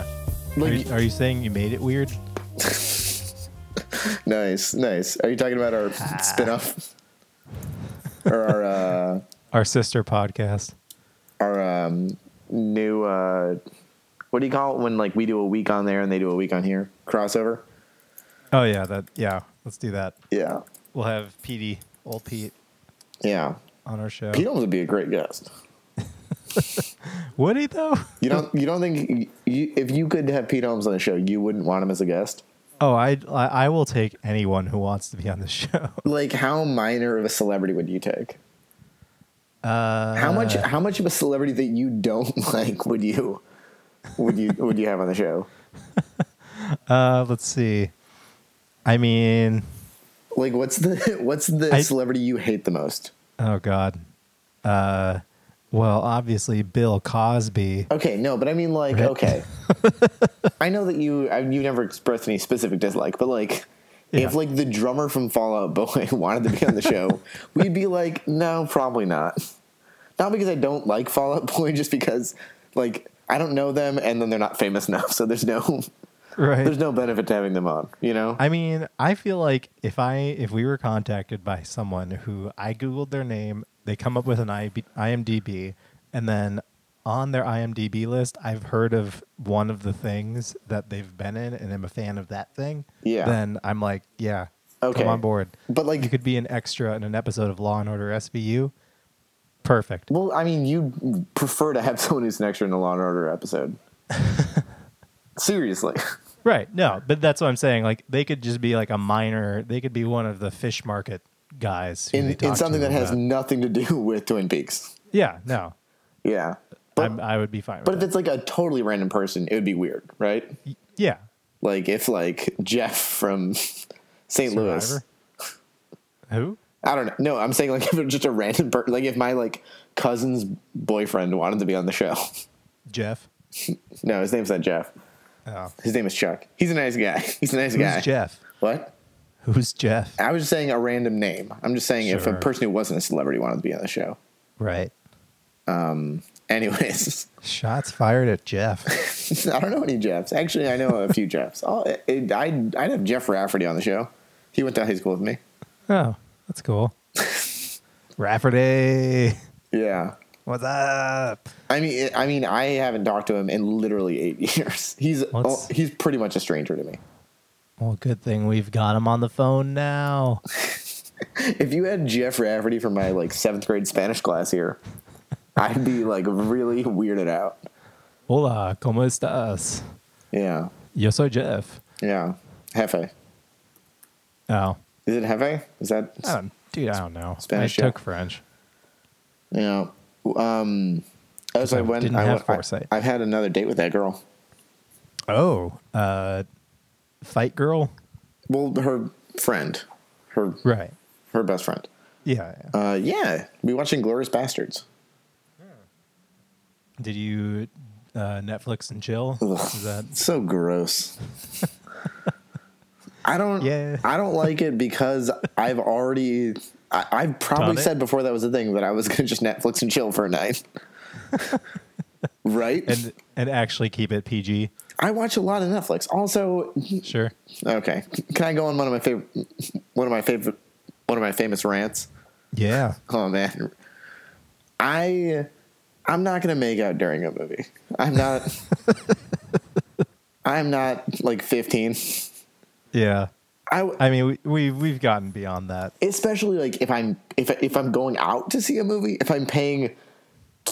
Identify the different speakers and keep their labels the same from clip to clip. Speaker 1: Are
Speaker 2: Like,
Speaker 1: you, are you saying you made it weird?
Speaker 2: nice, nice. Are you talking about our spinoff or our uh,
Speaker 1: Our sister podcast.
Speaker 2: our um, new uh, what do you call it when like we do a week on there and they do a week on here crossover?
Speaker 1: Oh yeah, that yeah. Let's do that.
Speaker 2: Yeah,
Speaker 1: We'll have PD, old Pete,
Speaker 2: yeah.
Speaker 1: on our show.
Speaker 2: Pete Holmes would be a great guest.
Speaker 1: Would he though?
Speaker 2: You don't you don't think you, if you could have Pete Holmes on the show, you wouldn't want him as a guest?
Speaker 1: Oh, I I I will take anyone who wants to be on the show.
Speaker 2: Like how minor of a celebrity would you take? Uh, how much how much of a celebrity that you don't like would you would you would you have on the show?
Speaker 1: Uh, let's see. I mean,
Speaker 2: Like what's the what's the
Speaker 1: I-
Speaker 2: celebrity you hate the most?
Speaker 1: oh god. Uh, well, obviously Bill Cosby.
Speaker 2: Okay, no, but I mean like okay. I know that you I, you never expressed any specific dislike, but like
Speaker 1: Yeah.
Speaker 2: if like the drummer from Fallout Boy wanted to be on the show, we'd be like, no, probably not. Not because I don't like Fallout Boy, just because like I don't know them, and then they're not famous enough, so there's no
Speaker 1: Right.
Speaker 2: there's no benefit to having them on, you know?
Speaker 1: I mean, I feel like if I if we were contacted by someone who I googled their name, they come up with an IB, IMDb, and then on their IMDb list, I've heard of one of the things that they've been in, and I'm a fan of that thing.
Speaker 2: Yeah.
Speaker 1: Then I'm like, yeah,
Speaker 2: Okay.
Speaker 1: come on board.
Speaker 2: But, like-
Speaker 1: you could be an extra in an episode of Law and Order SVU. Perfect.
Speaker 2: well, I mean, you prefer to have someone who's an extra in a Law and Order episode. Seriously.
Speaker 1: Right. No, but that's what I'm saying. Like they could just be like a minor. They could be one of the fish market guys who
Speaker 2: In,
Speaker 1: they talk
Speaker 2: in
Speaker 1: to
Speaker 2: something that has
Speaker 1: about-
Speaker 2: nothing to do with Twin Peaks.
Speaker 1: yeah no
Speaker 2: Yeah. But,
Speaker 1: I'm, I would be fine.
Speaker 2: but
Speaker 1: with
Speaker 2: if it's like a totally random person, it would be weird, right?
Speaker 1: that. yeah,
Speaker 2: Like if like Jeff from St. Louis.
Speaker 1: Survivor. Who?
Speaker 2: I don't know. No, I'm saying like if it was just a random person, like if my like cousin's boyfriend wanted to be on the show.
Speaker 1: Jeff.
Speaker 2: No, his name's not Jeff.
Speaker 1: Oh,
Speaker 2: His name is Chuck. He's a nice guy. He's a nice
Speaker 1: who's
Speaker 2: guy.
Speaker 1: Jeff?
Speaker 2: What?
Speaker 1: Who's Jeff?
Speaker 2: I was just saying a random name. I'm just saying if a
Speaker 1: Sure.
Speaker 2: person who wasn't a celebrity wanted to be on the show.
Speaker 1: Right.
Speaker 2: Anyways,
Speaker 1: Shots fired at Jeff.
Speaker 2: I don't know any Jeffs. Actually, I know a few Jeffs. Oh, it, I'd, I'd have Jeff Rafferty on the show. He went to high school with me.
Speaker 1: oh, that's cool. Rafferty,
Speaker 2: Yeah.
Speaker 1: what's up?
Speaker 2: I mean, I mean, I haven't talked to him in literally eight years. He's
Speaker 1: What's-
Speaker 2: oh, he's pretty much a stranger to me.
Speaker 1: Well, good thing we've got him on the phone now.
Speaker 2: If you had Jeff Rafferty from my like seventh grade Spanish class here, I'd be like really weirded out.
Speaker 1: Hola, cómo estás?
Speaker 2: Yeah,
Speaker 1: Yo soy Jeff.
Speaker 2: yeah. Hefe,
Speaker 1: Oh,
Speaker 2: is it Hefe? Is that
Speaker 1: I don't, dude, I don't know.
Speaker 2: Spanish
Speaker 1: I
Speaker 2: Jeff.
Speaker 1: took French.
Speaker 2: yeah? Um, I was
Speaker 1: I
Speaker 2: like, when
Speaker 1: didn't
Speaker 2: I,
Speaker 1: have
Speaker 2: went- I-
Speaker 1: foresight.
Speaker 2: I've had another date with that girl.
Speaker 1: Oh, uh, fight girl.
Speaker 2: Well, her friend, her
Speaker 1: Right.
Speaker 2: her best friend.
Speaker 1: Yeah. yeah.
Speaker 2: Uh, yeah, we watching Glorious Bastards.
Speaker 1: Did you uh, Netflix and chill? Is that
Speaker 2: so gross. I don't.
Speaker 1: Yeah.
Speaker 2: I don't like it because I've already. I, I've probably
Speaker 1: Done it?
Speaker 2: said before that was a thing that I was gonna just Netflix and chill for a night. right.
Speaker 1: and and actually keep it PG?
Speaker 2: I watch a lot of Netflix. Also,
Speaker 1: Sure.
Speaker 2: okay. Can I go on one of my favorite? One of my favorite. One of my famous rants.
Speaker 1: Yeah.
Speaker 2: Oh man, I I'm not gonna make out during a movie. I'm not. I'm not like 15.
Speaker 1: Yeah.
Speaker 2: I,
Speaker 1: I mean, we, we we've gotten beyond that.
Speaker 2: especially like if I'm if if I'm going out to see a movie, if I'm paying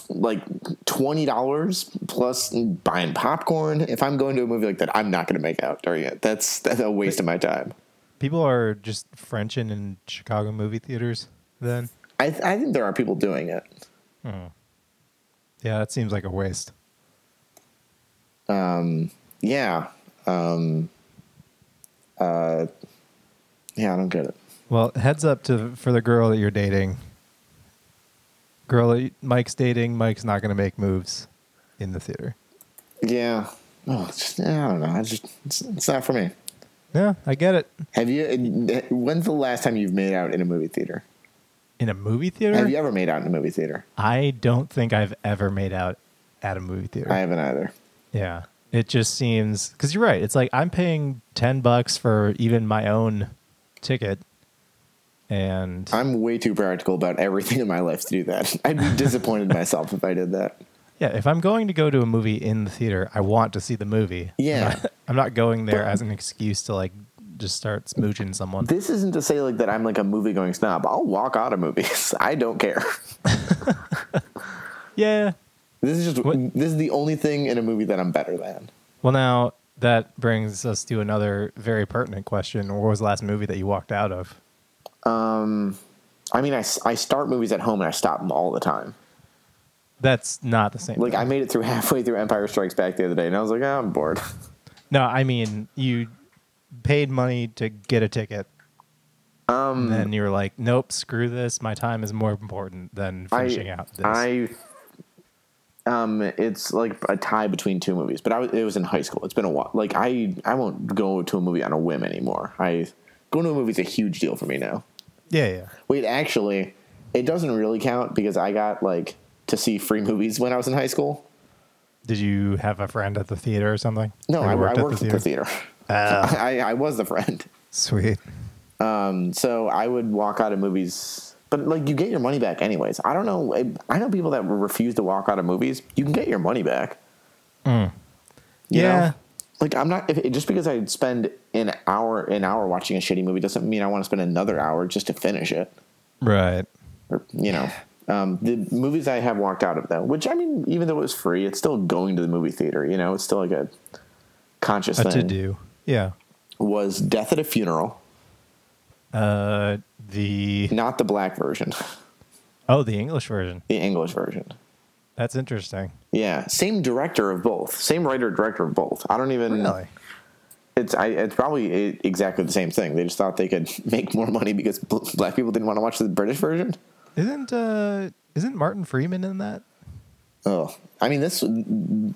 Speaker 2: like twenty dollars plus buying popcorn, if I'm going to a movie like that, I'm not going to make out during it. That's that's a waste of my time.
Speaker 1: People are just Frenching in Chicago movie theaters. Then,
Speaker 2: I I think there are people doing it.
Speaker 1: Hmm. yeah, that seems like a waste.
Speaker 2: Yeah. Um. Uh. Yeah, I don't get it.
Speaker 1: Well, heads up to for the girl that you're dating. Girl, that you- Mike's dating. Mike's not going to make moves in the theater.
Speaker 2: Yeah. Oh, it's just, I don't know. I just it's, it's not for me.
Speaker 1: Yeah, I get it.
Speaker 2: Have you? When's the last time you've made out in a movie theater?
Speaker 1: In a movie theater,
Speaker 2: Have you ever made out in a movie theater?
Speaker 1: I don't think I've ever made out at a movie theater.
Speaker 2: I haven't either.
Speaker 1: Yeah. It just seems because you're right. It's like I'm paying ten bucks for even my own ticket, and
Speaker 2: I'm way too practical about everything in my life to do that. I'd be disappointed in myself if I did that.
Speaker 1: yeah, if I'm going to go to a movie in the theater, I want to see the movie.
Speaker 2: Yeah.
Speaker 1: I'm not, I'm not going there as an excuse to like just start smooching someone.
Speaker 2: This isn't to say like that I'm like a movie going snob. I'll walk out of movies. I don't care.
Speaker 1: Yeah.
Speaker 2: This is just
Speaker 1: What-
Speaker 2: this is the only thing in a movie that I'm better than.
Speaker 1: Well, now that brings us to another very pertinent question. What was the last movie that you walked out of?
Speaker 2: I mean, I, s- I start movies at home and I stop them all the time.
Speaker 1: That's not the same.
Speaker 2: Like I made it through halfway through Empire Strikes Back the other day, and I was like, "Ah, I'm bored.
Speaker 1: No, I mean you paid money to get a ticket. Um, and then you were like, "Nope, screw this. My time is more important than finishing
Speaker 2: I,
Speaker 1: out this."
Speaker 2: I um, it's like a tie between two movies, but I was, it was in high school. It's been a while. Like I I won't go to a movie on a whim anymore. I going to a movie is a huge deal for me now.
Speaker 1: yeah, yeah.
Speaker 2: Wait, actually, it doesn't really count because I got like to see free movies when I was in high school.
Speaker 1: Did you have a friend at the theater or something?
Speaker 2: No,
Speaker 1: Or you
Speaker 2: I, I worked at the theater.
Speaker 1: Ah,
Speaker 2: I, I was the friend.
Speaker 1: sweet.
Speaker 2: So I would walk out of movies, but like you get your money back anyways. I don't know. I- I know people that refuse to walk out of movies. You can get your money back. you know?
Speaker 1: Mm. yeah,
Speaker 2: Like I'm not if, just because I spend an hour an hour watching a shitty movie doesn't mean I want to spend another hour just to finish it.
Speaker 1: right.
Speaker 2: Or you know, um, the movies I have walked out of though, which I mean, even though it was free, it's still going to the movie theater. You know, it's still like a conscious
Speaker 1: A
Speaker 2: thing.
Speaker 1: to do. Yeah.
Speaker 2: Was Death at a Funeral,
Speaker 1: Uh, the
Speaker 2: not the black version,
Speaker 1: oh, the English version.
Speaker 2: the English version.
Speaker 1: That's interesting.
Speaker 2: Yeah, same director of both, same writer director of both. I don't even.
Speaker 1: Really?
Speaker 2: It's I, it's probably i- exactly the same thing. They just thought they could make more money because bl- black people didn't want to watch the British version.
Speaker 1: Isn't uh, isn't Martin Freeman in that?
Speaker 2: Oh, I mean this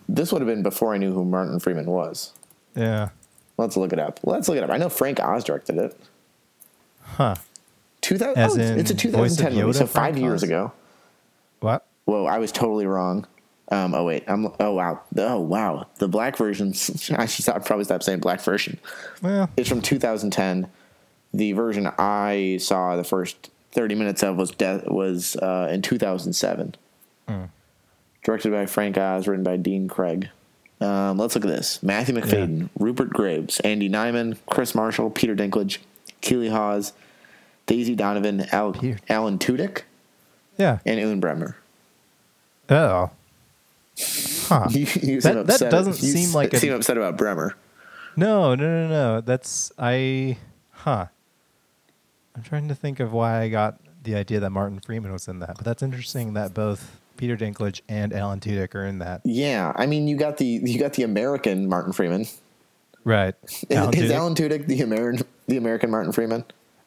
Speaker 2: this would have been before I knew who Martin Freeman was.
Speaker 1: Yeah.
Speaker 2: Let's look it up. Let's look it up. I know Frank Oz directed it.
Speaker 1: Huh.
Speaker 2: 2000,
Speaker 1: As
Speaker 2: oh, it's- it's a
Speaker 1: in voice of
Speaker 2: 2010 movie,
Speaker 1: Yoda,
Speaker 2: so five
Speaker 1: Frank
Speaker 2: years
Speaker 1: Oz?
Speaker 2: ago.
Speaker 1: What?
Speaker 2: Whoa, I was totally wrong. Um, oh wait, I'm. Oh wow, oh wow, the black version. I should stop, probably stop saying black version.
Speaker 1: Well,
Speaker 2: It's from 2010. The version I saw the first 30 minutes of was death was uh, in 2007.
Speaker 1: Hmm.
Speaker 2: Directed by Frank Oz, written by Dean Craig. Um, let's look at this: Matthew McFadden, Rupert Graves, Andy Nyman, Chris Marshall, Peter Dinklage, Keely Hawes, Daisy Donovan, Al-
Speaker 1: Peter.
Speaker 2: Alan Tudyk,
Speaker 1: yeah.
Speaker 2: and Ewan Bremner.
Speaker 1: Oh. Huh.
Speaker 2: You, you
Speaker 1: That- that doesn't
Speaker 2: you
Speaker 1: seem like a-
Speaker 2: seem upset about Bremer.
Speaker 1: No, no, no, no. That's I huh. I'm trying to think of why I got the idea that Martin Freeman was in that. But that's interesting that both Peter Dinklage and Alan Tudyk are in that.
Speaker 2: Yeah, I mean, you got the you got the American Martin Freeman.
Speaker 1: Right.
Speaker 2: Is
Speaker 1: Alan
Speaker 2: is
Speaker 1: Tudyk?
Speaker 2: Alan Tudyk the American the American Martin Freeman?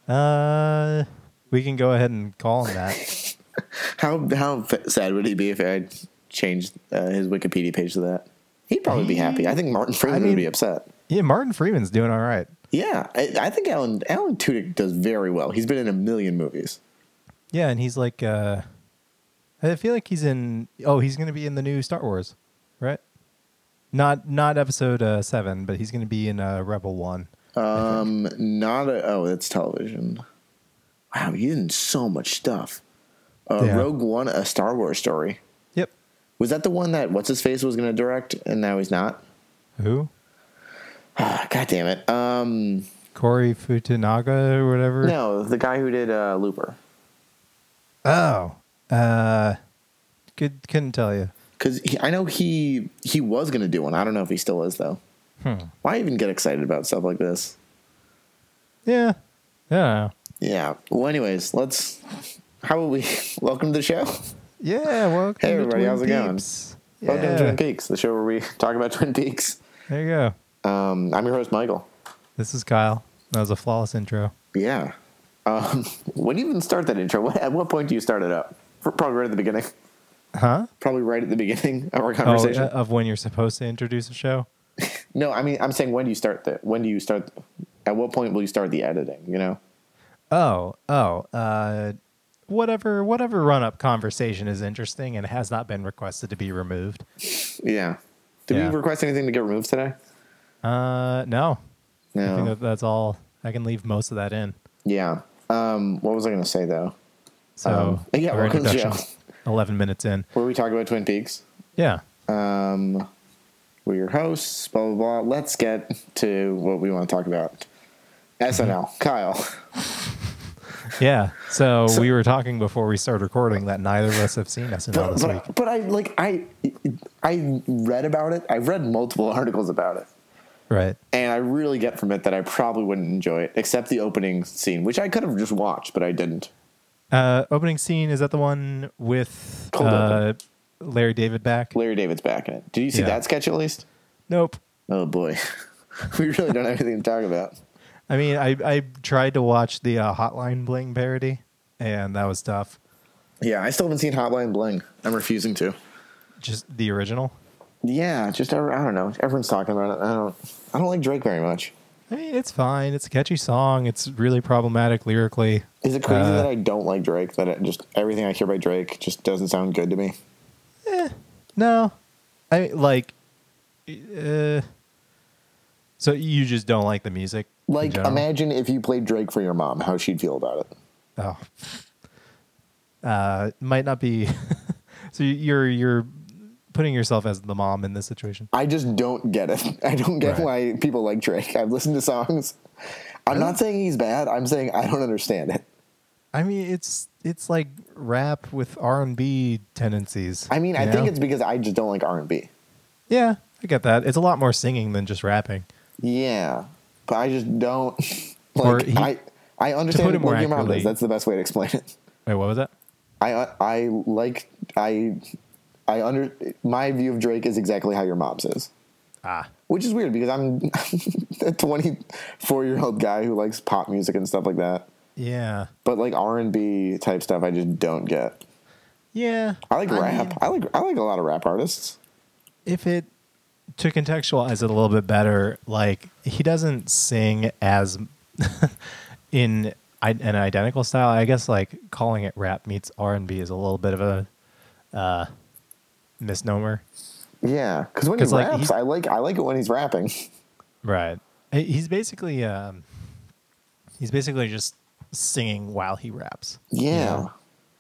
Speaker 1: Uh we can go ahead and call him that.
Speaker 2: How how f- sad would he be if I changed uh, his Wikipedia page to that? He'd probably be happy. I think Martin Freeman
Speaker 1: mean-
Speaker 2: would be upset.
Speaker 1: yeah, Martin Freeman's doing all right.
Speaker 2: Yeah, I, I think Alan Alan Tudyk does very well. He's been in a million movies.
Speaker 1: Yeah, and he's like uh I feel like he's in oh, he's gonna be in the new Star Wars, right? Not not episode uh, seven, but he's gonna be in uh, Rebel One.
Speaker 2: Um, not a, oh, that's television. Wow, he's in so much stuff. Uh,
Speaker 1: Yeah.
Speaker 2: Rogue One, a Star Wars story.
Speaker 1: Yep.
Speaker 2: Was that the one that what's his face was going to direct and now he's not?
Speaker 1: Who?
Speaker 2: Ah, God damn it. Um,
Speaker 1: Corey Futanaga or whatever.
Speaker 2: no, the guy who did uh, Looper.
Speaker 1: Oh. Uh could couldn't tell you.
Speaker 2: Because I know he he was going to do one. I don't know if he still is though.
Speaker 1: Hmm.
Speaker 2: Why even get excited about stuff like this?
Speaker 1: Yeah. Yeah.
Speaker 2: Yeah. Well, anyways, let's. How about we welcome to the show?
Speaker 1: Yeah, welcome.
Speaker 2: Hey,
Speaker 1: to
Speaker 2: everybody,
Speaker 1: Twin
Speaker 2: how's it going?
Speaker 1: Peaks.
Speaker 2: Welcome to Twin
Speaker 1: Yeah.
Speaker 2: Peaks, the show where we talk about Twin Peaks.
Speaker 1: There you go.
Speaker 2: Um, I'm your host, Michael.
Speaker 1: This is Kyle. That was a flawless intro.
Speaker 2: Yeah. Um, when do you even start that intro? What, at what point do you start it up? Probably right at the beginning.
Speaker 1: Huh?
Speaker 2: Probably right at the beginning of our
Speaker 1: Oh,
Speaker 2: conversation.
Speaker 1: uh, of when you're supposed to introduce a show?
Speaker 2: No, I mean, I'm saying when do you start the? When do you start? At what point will you start the editing? You know,
Speaker 1: Oh, oh, uh whatever whatever run up conversation is interesting and has not been requested to be removed.
Speaker 2: yeah. Did
Speaker 1: Yeah.
Speaker 2: we request anything to get removed today?
Speaker 1: Uh, no, I think
Speaker 2: No.
Speaker 1: that that's all. I can leave most of that in.
Speaker 2: Yeah. Um, what was I going to say though?
Speaker 1: So
Speaker 2: Um, yeah,
Speaker 1: Oh, our
Speaker 2: welcome, Joe.
Speaker 1: introduction, eleven minutes in.
Speaker 2: Were we talking about Twin Peaks?
Speaker 1: Yeah,
Speaker 2: Um, we're your hosts. Blah blah blah. Let's get to what we want to talk about. SNL. Kyle.
Speaker 1: yeah. So, we were talking before we started recording that neither of us have seen SNL this week.
Speaker 2: But, but I like I I read about it. I read multiple articles about it.
Speaker 1: Right.
Speaker 2: And I really get from it that I probably wouldn't enjoy it, except the opening scene, which I could have just watched, but I didn't.
Speaker 1: Uh, opening scene is that the one with
Speaker 2: Cold
Speaker 1: uh, Larry David back?
Speaker 2: Larry David's back in it. Did you see
Speaker 1: Yeah.
Speaker 2: that sketch at least?
Speaker 1: Nope.
Speaker 2: Oh boy, we really don't have anything to talk about.
Speaker 1: I mean, I, I tried to watch the uh, Hotline Bling parody, and that was tough.
Speaker 2: Yeah, I still haven't seen Hotline Bling. I'm refusing to.
Speaker 1: Just the original.
Speaker 2: Yeah, just ever, I don't know. Everyone's talking about it. I don't. I don't like Drake very much.
Speaker 1: I mean, it's fine. It's a catchy song. It's really problematic lyrically.
Speaker 2: Is it crazy
Speaker 1: Uh,
Speaker 2: that I don't like Drake? That it just everything I hear by Drake just doesn't sound good to me.
Speaker 1: No, I mean, like, uh, so you just don't like the music. in
Speaker 2: Like,
Speaker 1: general?
Speaker 2: imagine if you played Drake for your mom, how she'd feel about it.
Speaker 1: Oh. Uh, might not be. so you're you're putting yourself as the mom in this situation.
Speaker 2: I just don't get it. I don't get
Speaker 1: Right.
Speaker 2: why people like Drake. I've listened to songs. I'm not saying he's bad. I'm saying I don't understand it.
Speaker 1: I mean, it's it's like rap with R and B tendencies.
Speaker 2: I mean, I
Speaker 1: you
Speaker 2: think
Speaker 1: know?
Speaker 2: it's because I just don't like R&B.
Speaker 1: yeah, I get that. It's a lot more singing than just rapping.
Speaker 2: Yeah, but I just don't.
Speaker 1: Or
Speaker 2: Like,
Speaker 1: he-
Speaker 2: I I
Speaker 1: put
Speaker 2: understand
Speaker 1: it
Speaker 2: what
Speaker 1: more
Speaker 2: your mom
Speaker 1: accurately-
Speaker 2: is. That's the best way to explain it.
Speaker 1: Wait, what was that?
Speaker 2: I I like I I under my view of Drake is exactly how your mom's is,
Speaker 1: Ah,
Speaker 2: which is weird because I'm a 24 year old guy who likes pop music and stuff like that.
Speaker 1: yeah,
Speaker 2: But like R and B type stuff, I just don't get.
Speaker 1: yeah.
Speaker 2: I like rap.
Speaker 1: mean,
Speaker 2: I like I like a lot of rap artists.
Speaker 1: if it to contextualize it a little bit better, like he doesn't sing as in i- an identical style. I guess like calling it rap meets R and B is a little bit of a uh, misnomer,
Speaker 2: Yeah, because when he
Speaker 1: 'Cause, like,
Speaker 2: raps,
Speaker 1: he-
Speaker 2: I like I like it when he's rapping.
Speaker 1: right? He's basically um, he's basically just singing while he raps.
Speaker 2: Yeah.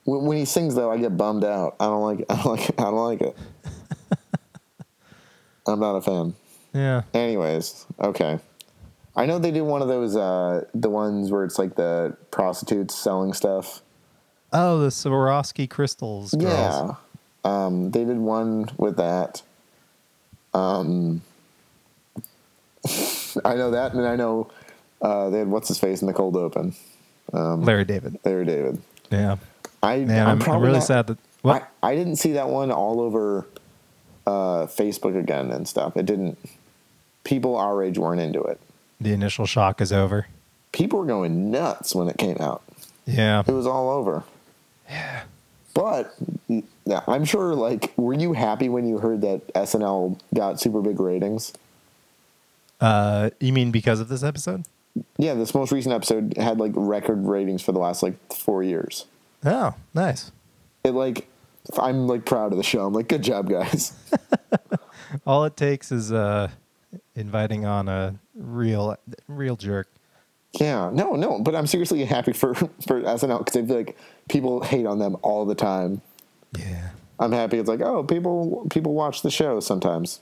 Speaker 2: When, when he sings though, I get bummed out. I don't like. I don't like. I don't like it. I'm not a fan.
Speaker 1: Yeah,
Speaker 2: Anyways, okay. I know they do one of those, uh, the ones where it's like the prostitutes selling stuff.
Speaker 1: Oh, the Swarovski crystals. Girls.
Speaker 2: Yeah. Um, they did one with that. Um, I know that, and I know uh, they had what's his face in the cold open. um,
Speaker 1: Larry David.
Speaker 2: There, David.
Speaker 1: Yeah.
Speaker 2: I
Speaker 1: Man, I'm, I'm
Speaker 2: probably
Speaker 1: really
Speaker 2: not-
Speaker 1: sad that. What?
Speaker 2: I, I didn't see that one all over uh, Facebook again and stuff. It didn't. People our age weren't into it.
Speaker 1: the initial shock is over.
Speaker 2: People were going nuts when it came out.
Speaker 1: Yeah.
Speaker 2: It was all over. But yeah, I'm sure. Like, were you happy when you heard that SNL got super big ratings?
Speaker 1: Uh, you mean because of this episode?
Speaker 2: Yeah, this most recent episode had like record ratings for the last like four years.
Speaker 1: Oh, nice.
Speaker 2: It like, I'm like proud of the show. I'm like, good job, guys.
Speaker 1: All it takes is uh, inviting on a real, real jerk.
Speaker 2: Yeah, no, no, but I'm seriously happy for for SNL because I feel like people hate on them all the time.
Speaker 1: Yeah.
Speaker 2: I'm happy it's like oh people people watch the show sometimes.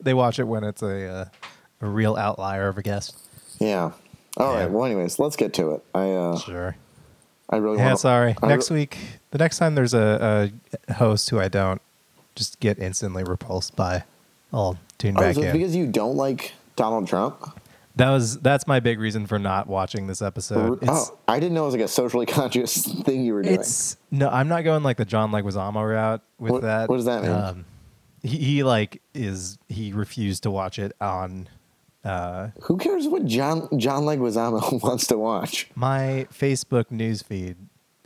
Speaker 1: They watch it when it's a uh, a real outlier of a guest.
Speaker 2: Yeah. All right.
Speaker 1: Yeah.
Speaker 2: Well, anyways, let's get to it. I uh,
Speaker 1: Sure.
Speaker 2: I really
Speaker 1: Yeah.
Speaker 2: wanna-
Speaker 1: Sorry.
Speaker 2: I
Speaker 1: Next
Speaker 2: re-
Speaker 1: week, the next time there's a, a host who I don't just get instantly repulsed by, I'll tune
Speaker 2: Oh,
Speaker 1: back
Speaker 2: so it's
Speaker 1: in.
Speaker 2: because you don't like Donald Trump.
Speaker 1: That was that's my big reason for not watching this episode. Uh, It's
Speaker 2: oh, I didn't know it was like a socially conscious thing you were doing.
Speaker 1: it's no, I'm not going like the John Leguizamo route with
Speaker 2: What-
Speaker 1: that. Um,
Speaker 2: what does that mean?
Speaker 1: he, he like is he refused to watch it on uh,
Speaker 2: Who cares what John John Leguizamo wants to watch?
Speaker 1: my Facebook newsfeed.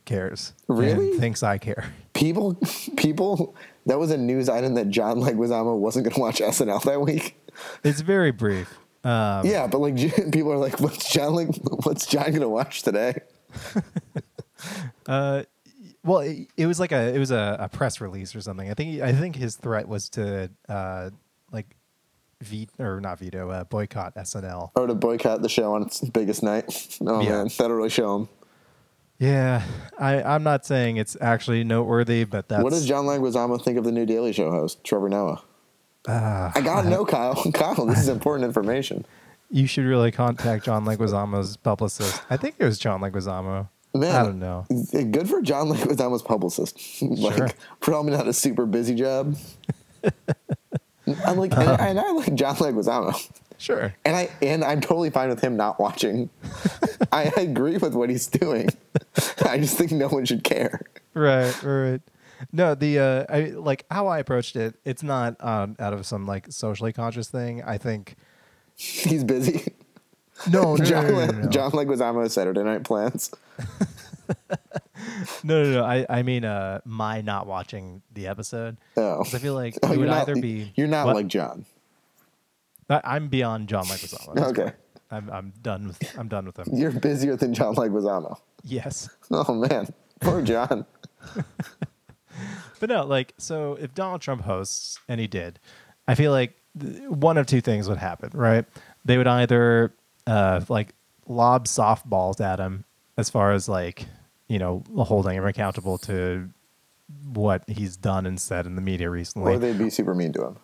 Speaker 1: Cares
Speaker 2: Really?
Speaker 1: and thinks I care.
Speaker 2: People, people. That was a news item that John Leguizamo wasn't going to watch SNL that week.
Speaker 1: It's very brief. Um,
Speaker 2: Yeah, but like people are like, what's John like? What's John gonna watch today?
Speaker 1: well, it, it was like a it was a, a press release or something. I think I think his threat was to uh, like ve- or not veto uh, boycott SNL.
Speaker 2: Or to boycott the show on its biggest night. Oh
Speaker 1: Yeah.
Speaker 2: man, that'll really show them.
Speaker 1: Yeah, I I'm not saying it's actually noteworthy, but that's
Speaker 2: What does John Leguizamo think of the new Daily Show host, Trevor Noah?
Speaker 1: Ah.
Speaker 2: I gotta know, Kyle. Kyle, this is important information.
Speaker 1: you should really contact John Leguizamo's publicist. I think it was John Leguizamo.
Speaker 2: Man, uh,
Speaker 1: I don't know.
Speaker 2: Good for John Leguizamo's publicist. like,
Speaker 1: Sure.
Speaker 2: probably not a super busy job. I'm like,
Speaker 1: Uh-huh.
Speaker 2: and, and I like John Leguizamo,
Speaker 1: Sure.
Speaker 2: and I and I'm totally fine with him not watching. I agree with what he's doing. I just think no one should care.
Speaker 1: right right no the uh i like how i approached it it's not um, out of some like socially conscious thing i think
Speaker 2: He's busy.
Speaker 1: no no
Speaker 2: John,
Speaker 1: no no, no, no.
Speaker 2: John Leguizamo's Saturday night plans.
Speaker 1: no no no i i mean uh my not watching the episode
Speaker 2: Oh.
Speaker 1: 'Cause i feel like
Speaker 2: Oh,
Speaker 1: it
Speaker 2: you're
Speaker 1: would
Speaker 2: not,
Speaker 1: either be
Speaker 2: you're not
Speaker 1: what-
Speaker 2: like John.
Speaker 1: I, i'm beyond john Leguizamo. That's
Speaker 2: Okay.
Speaker 1: correct. I'm, I'm done with i'm done with him
Speaker 2: You're busier than John Leguizamo.
Speaker 1: yes
Speaker 2: Oh man, poor John.
Speaker 1: But no, like, so if Donald Trump hosts, and he did, I feel like th- one of two things would happen, right? They would either uh, like lob softballs at him as far as like, you know, holding him accountable to what he's done and said in the media recently.
Speaker 2: or they'd be super mean to him.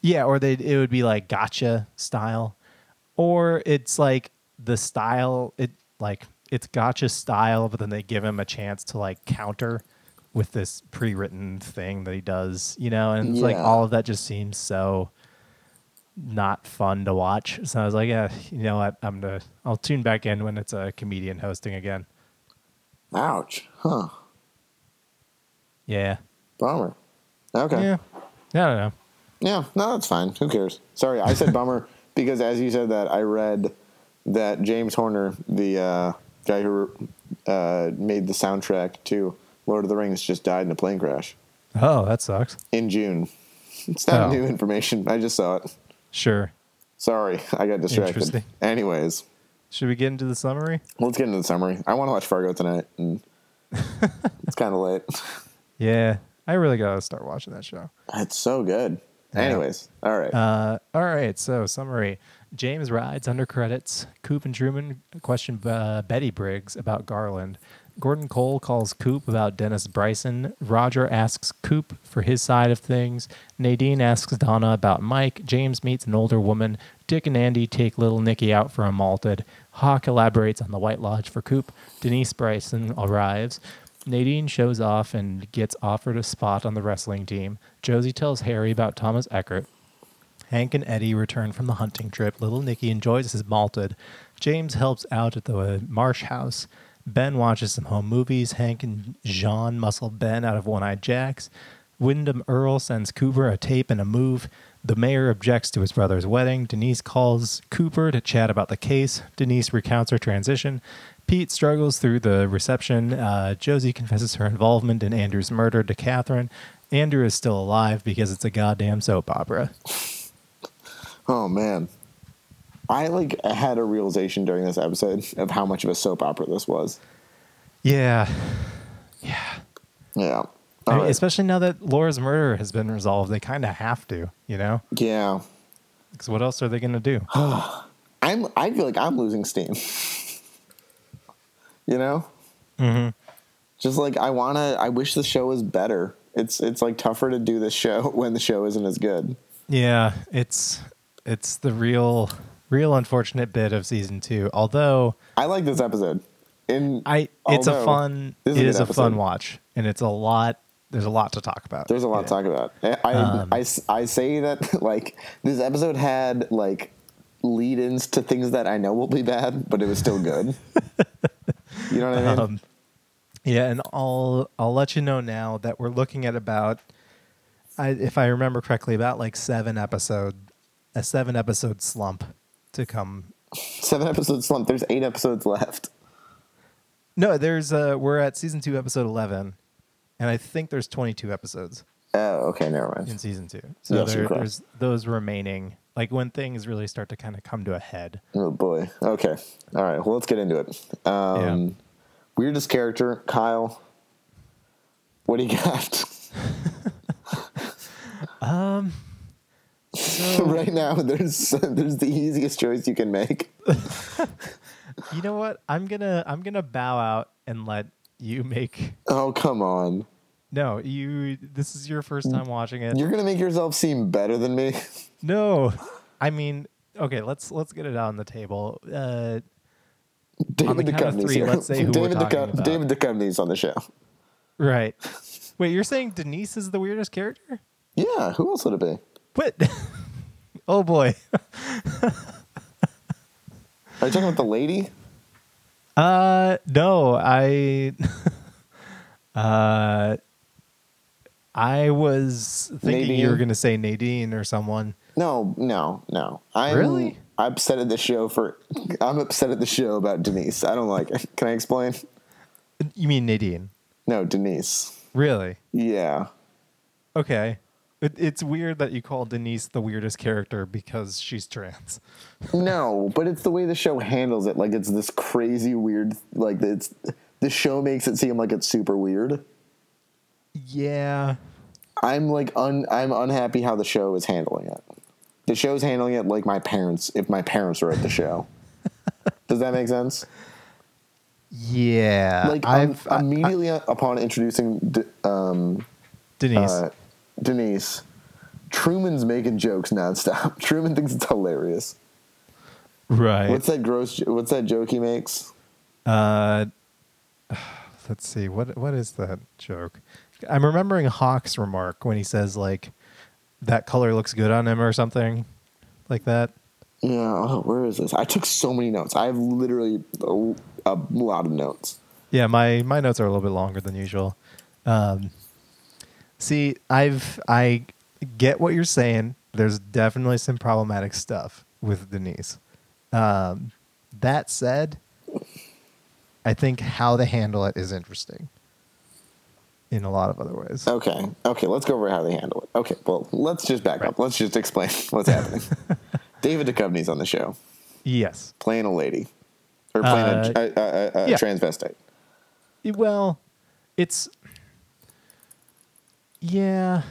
Speaker 1: Yeah, or they it would be like gotcha style, or it's like the style it like it's gotcha style, but then they give him a chance to like counter with this pre-written thing that he does, you know, and it's like
Speaker 2: Yeah.
Speaker 1: all of that just seems so not fun to watch. So I was like, yeah, you know what, I'm gonna I'll tune back in when it's a comedian hosting again.
Speaker 2: Ouch. Huh.
Speaker 1: Yeah,
Speaker 2: Bummer. Okay.
Speaker 1: yeah,
Speaker 2: Yeah.
Speaker 1: I don't know.
Speaker 2: No, that's fine. Who cares? Sorry, I said bummer because as you said that, I read that James Horner, the uh, guy who uh, made the soundtrack to Lord of the Rings, just died in a plane crash
Speaker 1: Oh, that sucks.
Speaker 2: in June. It's not
Speaker 1: Oh.
Speaker 2: new information. I just saw it.
Speaker 1: Sure.
Speaker 2: Sorry, I got
Speaker 1: Interesting.
Speaker 2: distracted. Anyways,
Speaker 1: Should we get into the summary?
Speaker 2: let's get into the summary. I want to watch Fargo tonight, and it's kind of late.
Speaker 1: Yeah, I really gotta start watching that show.
Speaker 2: It's so good. Anyways, all right.
Speaker 1: Uh, all right. So summary: James rides under credits. Coop and Truman question uh, Betty Briggs about Garland. Gordon Cole calls Coop about Dennis Bryson. Roger asks Coop for his side of things. Nadine asks Donna about Mike. James meets an older woman. Dick and Andy take little Nicky out for a malted. Hawk elaborates on the White Lodge for Coop. Denise Bryson arrives. Nadine shows off and gets offered a spot on the wrestling team. Josie tells Harry about Thomas Eckert. Hank and Eddie return from the hunting trip. Little Nicky enjoys his malted. James helps out at the uh, Marsh house. Ben watches some home movies. Hank and Jean muscle Ben out of One Eyed Jacks. Wyndham Earl sends Cooper a tape and a move. The mayor objects to his brother's wedding. Denise calls Cooper to chat about the case. Denise recounts her transition. Pete struggles through the reception. Uh, Josie confesses her involvement in Andrew's murder to Catherine. Andrew is still alive because it's a goddamn soap opera.
Speaker 2: Oh man. I like had a realization during this episode of how much of a soap opera this was.
Speaker 1: Yeah.
Speaker 2: Yeah.
Speaker 1: I mean,
Speaker 2: All right.
Speaker 1: Especially now that Laura's murder has been resolved, they kind of have to, you know?
Speaker 2: yeah.
Speaker 1: Because what else are they going to do?
Speaker 2: I'm I feel like I'm losing steam. you know? Mm-hmm. Just like I wanna I wish the show was better. It's it's like tougher to do this show when the show isn't as good.
Speaker 1: yeah, it's it's the real real unfortunate bit of season 2. Although
Speaker 2: I like this episode. In
Speaker 1: I it's a
Speaker 2: although,
Speaker 1: fun
Speaker 2: this
Speaker 1: it
Speaker 2: good
Speaker 1: is a fun
Speaker 2: episode.
Speaker 1: watch and it's a lot there's a lot to talk about.
Speaker 2: There's a lot
Speaker 1: in
Speaker 2: to
Speaker 1: it.
Speaker 2: talk about. I, I,
Speaker 1: Um,
Speaker 2: I s- I say that like this episode had like lead-ins to things that I know will be bad, but it was still good. you know what I mean?
Speaker 1: Um, yeah, and I'll I'll let you know now that we're looking at about, I, if I remember correctly, about like seven episode, a seven episode slump to come.
Speaker 2: Seven episodes left. There's eight episodes left.
Speaker 1: No, there's uh we're at season two episode eleven, and I think there's twenty two episodes
Speaker 2: Oh, okay, never mind.
Speaker 1: in season two. So
Speaker 2: Yes, you're
Speaker 1: there,
Speaker 2: correct.
Speaker 1: there's those remaining, like when things really start to kind of come to a head.
Speaker 2: Oh boy. Okay. All right. Well, let's get into it. Um,
Speaker 1: Yeah.
Speaker 2: Weirdest character, Kyle. What do you got?
Speaker 1: Um, So
Speaker 2: right now, there's there's the easiest choice you can make.
Speaker 1: you know what? I'm gonna I'm gonna bow out and let you make.
Speaker 2: Oh come on,
Speaker 1: No, you. This is your first time watching it.
Speaker 2: you're gonna make yourself seem better than me.
Speaker 1: No, I mean, okay. Let's let's get it out on the table. Uh, On the
Speaker 2: David
Speaker 1: count of
Speaker 2: Duchovny's
Speaker 1: three,
Speaker 2: here.
Speaker 1: let's say who we're
Speaker 2: David
Speaker 1: talking
Speaker 2: Duchovny-
Speaker 1: about.
Speaker 2: David Duchovny's on the show.
Speaker 1: right. Wait, you're saying Denise is the weirdest character?
Speaker 2: Yeah, who else would it be?
Speaker 1: What? oh boy.
Speaker 2: Are you talking about the lady?
Speaker 1: Uh, no, I. uh, I was thinking you were
Speaker 2: Nadine?
Speaker 1: gonna say Nadine or someone.
Speaker 2: No, no, no. I'm
Speaker 1: Really?
Speaker 2: I'm upset at the show for. I'm upset at the show about Denise. I don't like it. Can I explain?
Speaker 1: You mean Nadine?
Speaker 2: No, Denise.
Speaker 1: Really?
Speaker 2: Yeah.
Speaker 1: Okay. It, it's weird that you call Denise the weirdest character because she's trans.
Speaker 2: No, but it's the way the show handles it. Like it's this crazy weird. Like it's the show makes it seem like it's super weird.
Speaker 1: Yeah.
Speaker 2: I'm like un. I'm unhappy how the show is handling it. The show's handling it like my parents. If my parents wrote the show, does that make sense?
Speaker 1: Yeah.
Speaker 2: Like
Speaker 1: Uh, I've
Speaker 2: um,
Speaker 1: I-
Speaker 2: immediately upon introducing D- um,
Speaker 1: Denise.
Speaker 2: uh, Denise, Truman's making jokes nonstop. Truman thinks it's hilarious.
Speaker 1: right.
Speaker 2: What's that gross? jo- What's that joke he makes?
Speaker 1: Uh, let's see. What what is that joke? I'm remembering Hawk's remark when he says like that color looks good on him or something like that.
Speaker 2: Yeah, oh, where is this? I took so many notes. I have literally a, a lot of notes.
Speaker 1: Yeah, my my notes are a little bit longer than usual. Um, see, I've I get what you're saying. There's definitely some problematic stuff with Denise. Um, that said, I think how they handle it is interesting in a lot of other ways.
Speaker 2: Okay, okay, let's go over how they handle it. Okay, well, let's just back up. Let's just explain what's happening. David Duchovny's on the show
Speaker 1: Yes.
Speaker 2: playing a lady or playing
Speaker 1: Uh,
Speaker 2: a, a, a, a
Speaker 1: yeah.
Speaker 2: transvestite.
Speaker 1: Y- Well, it's yeah,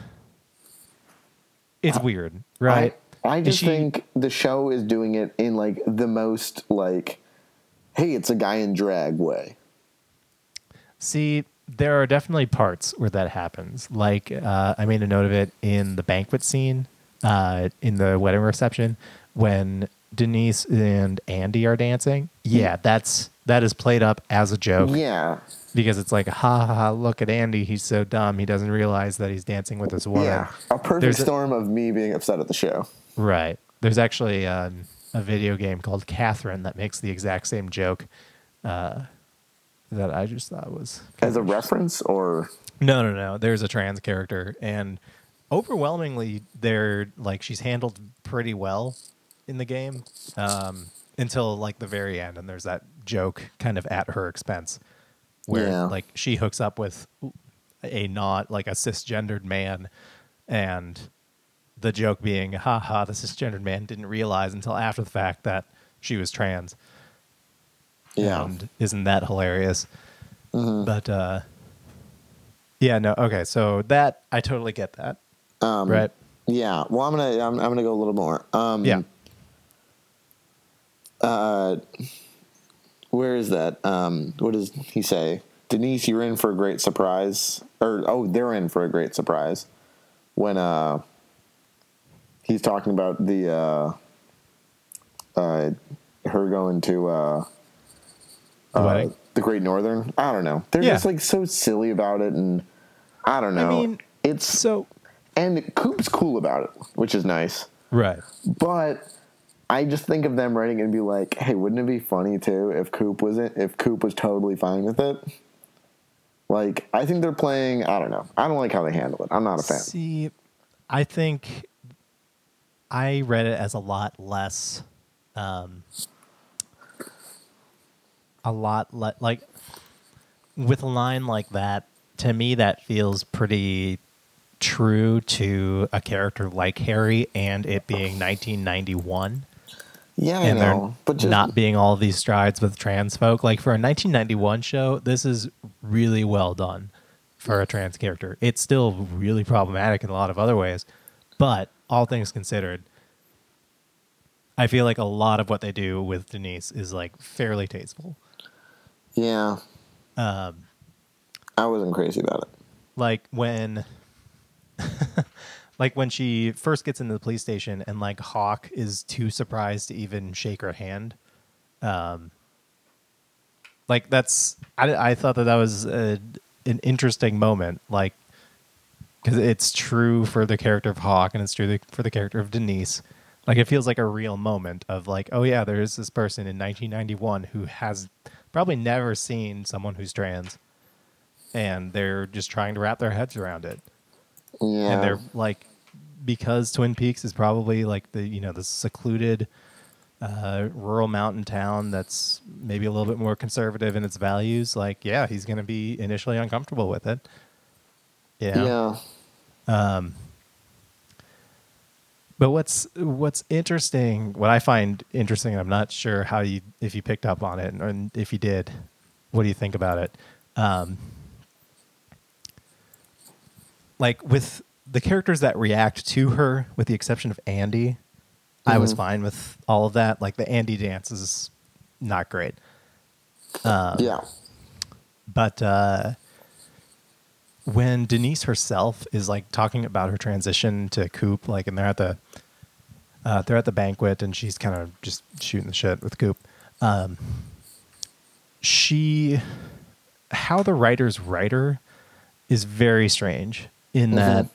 Speaker 1: it's weird, right?
Speaker 2: Uh, I, I
Speaker 1: Is
Speaker 2: just
Speaker 1: she-
Speaker 2: think the show is doing it in like the most like, hey, it's a guy in drag way.
Speaker 1: See, there are definitely parts where that happens. Like uh, I made a note of it in the banquet scene, uh, in the wedding reception, when Denise and Andy are dancing. Yeah, that's that is played up as a joke
Speaker 2: Hmm. Yeah,
Speaker 1: because it's like, ha ha ha! Look at Andy, he's so dumb. He doesn't realize that he's dancing with this woman.
Speaker 2: yeah. A perfect
Speaker 1: There's a-
Speaker 2: storm of me being upset at the show.
Speaker 1: Right. There's actually um, a video game called Catherine that makes the exact same joke uh, that I just thought was.
Speaker 2: As a reference, or
Speaker 1: No, no, no. There's a trans character, and overwhelmingly, they're like she's handled pretty well in the game um, until like the very end, and there's that joke kind of at her expense where
Speaker 2: Yeah.
Speaker 1: like she hooks up with a not like a cisgendered man, and the joke being, "Ha ha!" the cisgendered man didn't realize until after the fact that she was trans.
Speaker 2: yeah. Mm-hmm.
Speaker 1: And isn't that hilarious? But uh, yeah, no, okay. So that I totally get that.
Speaker 2: Um,
Speaker 1: right.
Speaker 2: Yeah. Well, I'm gonna I'm, I'm gonna go a little more. Um,
Speaker 1: Yeah.
Speaker 2: Where is that? Um, what does he say? Denise, you're in for a great surprise. Or oh, they're in for a great surprise. When uh, he's talking about the uh, uh, her going to uh,
Speaker 1: The
Speaker 2: uh,
Speaker 1: wedding.
Speaker 2: the Great Northern. I don't know. They're
Speaker 1: Yeah.
Speaker 2: just like so silly about it, and I don't know.
Speaker 1: mean,
Speaker 2: it's
Speaker 1: So
Speaker 2: and Coop's cool about it, which is nice.
Speaker 1: right.
Speaker 2: But I just think of them writing it and be like, "Hey, wouldn't it be funny too if Coop wasn't if Coop was totally fine with it?" Like, I think they're playing. I don't know. I don't like how they handle it. I'm not a fan.
Speaker 1: See, I think I read it as a lot less, um, a lot le- like with a line like that. To me, that feels pretty true to a character like Harry and it being 1991.
Speaker 2: Yeah, I
Speaker 1: and they're
Speaker 2: know. But just
Speaker 1: not being all these strides with trans folk. Like for a 1991 show, this is really well done for a trans character. It's still really problematic in a lot of other ways, but all things considered, I feel like a lot of what they do with Denise is like fairly tasteful.
Speaker 2: Yeah,
Speaker 1: Um,
Speaker 2: I wasn't crazy about it.
Speaker 1: like when, like when she first gets into the police station and like Hawk is too surprised to even shake her hand. Um, like that's I I thought that that was a, an interesting moment. Like because it's true for the character of Hawk and it's true the- for the character of Denise. Like it feels like a real moment of like, oh yeah, there is this person in 1991 who has probably never seen someone who's trans, and they're just trying to wrap their heads around it,
Speaker 2: Yeah,
Speaker 1: and they're like, because Twin Peaks is probably like the you know the secluded. Uh, rural mountain town that's maybe a little bit more conservative in its values. Like, yeah, he's going to be initially uncomfortable with it.
Speaker 2: yeah.
Speaker 1: But what's what's interesting, what I find interesting, and I'm not sure how you if you picked up on it, and if you did, what do you think about it? Um, like with the characters that react to her, with the exception of Andy, I was fine with all of that. Like the Andy dance is not great,
Speaker 2: yeah.
Speaker 1: but uh, when Denise herself is like talking about her transition to Coop, like, and they're at the uh, they're at the banquet, and she's kind of just shooting the shit with Coop. Um, she, how the writers write her, is very strange in that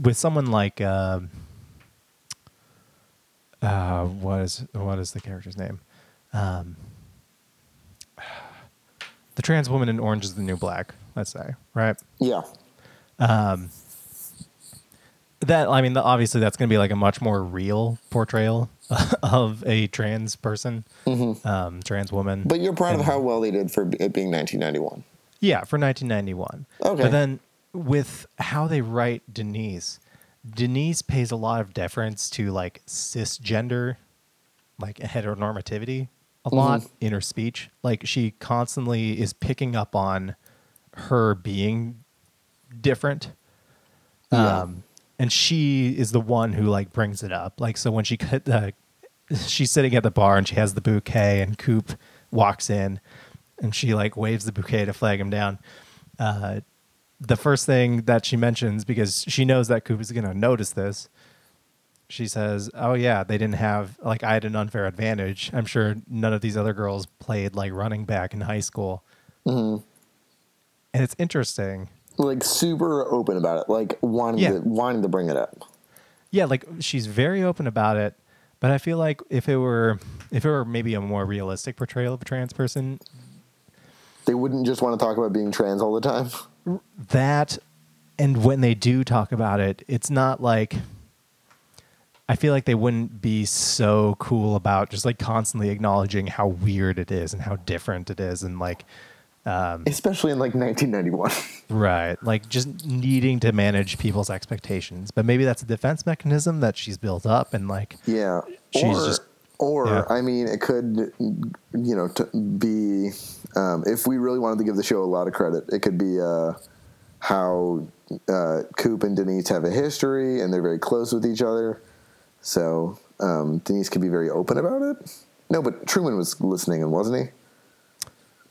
Speaker 1: with someone like um uh, what is what is the character's name? Um, the trans woman in Orange is the New Black. Let's say right.
Speaker 2: Yeah.
Speaker 1: that i mean the, obviously that's going to be like a much more real portrayal of a trans person um, trans woman
Speaker 2: But you're proud of how well they did for it being 1991.
Speaker 1: yeah for 1991
Speaker 2: Okay.
Speaker 1: but then with how they write denise denise pays a lot of deference to like cisgender like heteronormativity a lot in her speech like she constantly is picking up on her being different um, and she is the one who like brings it up. Like so when she cut uh, she's sitting at the bar and she has the bouquet and Coop walks in and she like waves the bouquet to flag him down. Uh, the first thing that she mentions because she knows that Coop is going to notice this. She says, "Oh yeah, they didn't have like I had an unfair advantage. I'm sure none of these other girls played like running back in high school." And it's interesting
Speaker 2: Like super open about it. Like wanting
Speaker 1: Yeah.
Speaker 2: to wanting to bring it up.
Speaker 1: yeah like she's very open about it but i feel like if it were if it were maybe a more realistic portrayal of a trans person
Speaker 2: They wouldn't just want to talk about being trans all the time.
Speaker 1: that and when they do talk about it it's not like i feel like they wouldn't be so cool about just like constantly acknowledging how weird it is and how different it is and like
Speaker 2: Especially in like 1991.
Speaker 1: right like just needing to manage people's expectations but maybe that's a defense mechanism that she's built up and like
Speaker 2: yeah.
Speaker 1: She's
Speaker 2: or,
Speaker 1: just-
Speaker 2: or
Speaker 1: yeah.
Speaker 2: I mean, it could, you know, t- be, um, if we really wanted to give the show a lot of credit, it could be uh, how uh, Coop and Denise have a history and they're very close with each other. So um, Denise could be very open about it. No, but Truman was listening and wasn't he?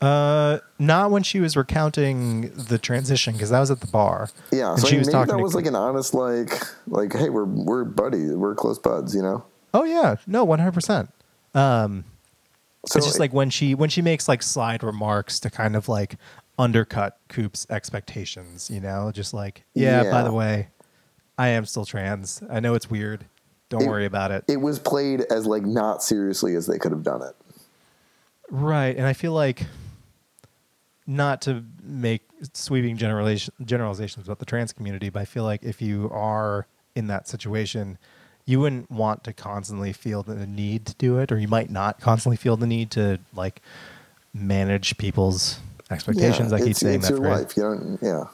Speaker 1: Uh, not when she was recounting the transition because that was at the bar.
Speaker 2: Yeah,
Speaker 1: and
Speaker 2: so
Speaker 1: she
Speaker 2: I
Speaker 1: was
Speaker 2: mean, maybe
Speaker 1: talking.
Speaker 2: that
Speaker 1: to-
Speaker 2: was like an honest, like, like, hey, we're we're buddies, we're close buds, you know.
Speaker 1: oh yeah, no, one hundred percent.
Speaker 2: So
Speaker 1: It's just like when she when she makes like slide remarks to kind of like undercut Coop's expectations. You know, just like yeah. By
Speaker 2: Yeah.
Speaker 1: the way, I am still trans. I know it's weird. Don't
Speaker 2: It-
Speaker 1: worry about it.
Speaker 2: it was played as like not seriously as they could have done it.
Speaker 1: Right, and I feel like not to make sweeping generalization, generalizations about the trans community, but I feel like if you are in that situation, you wouldn't want to constantly feel the need to do it, or you might not constantly feel the need to like manage people's expectations. I keep
Speaker 2: it's,
Speaker 1: saying
Speaker 2: it's
Speaker 1: that
Speaker 2: your
Speaker 1: phrase.
Speaker 2: life. You don't, yeah,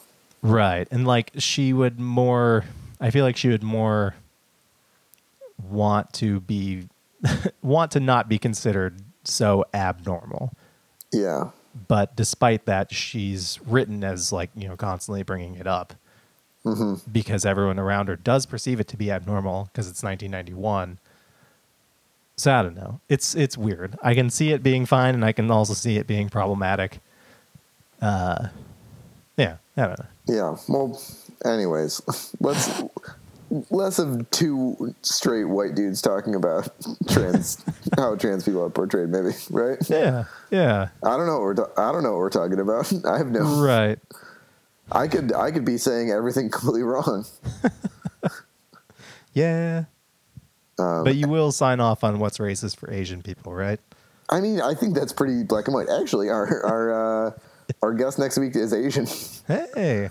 Speaker 1: Right. And like she would more I feel like she would more want to be want to not be considered so abnormal.
Speaker 2: yeah,
Speaker 1: But despite that, she's written as like, you know, constantly bringing it up because everyone around her does perceive it to be abnormal because it's 1991. So I don't know. It's it's weird. I can see it being fine, and I can also see it being problematic. Uh, yeah, I don't know.
Speaker 2: Yeah. Well, anyways, let's less of two straight white dudes talking about trans how trans people are portrayed. Maybe right?
Speaker 1: Yeah, yeah,
Speaker 2: I don't know. What we're ta- I don't know what we're talking about. I have no.
Speaker 1: right.
Speaker 2: I could I could be saying everything completely wrong.
Speaker 1: Yeah. but you will sign off on what's racist for Asian people, right?
Speaker 2: I mean, I think that's pretty black and white. Actually, our our uh, our guest next week is Asian.
Speaker 1: Hey,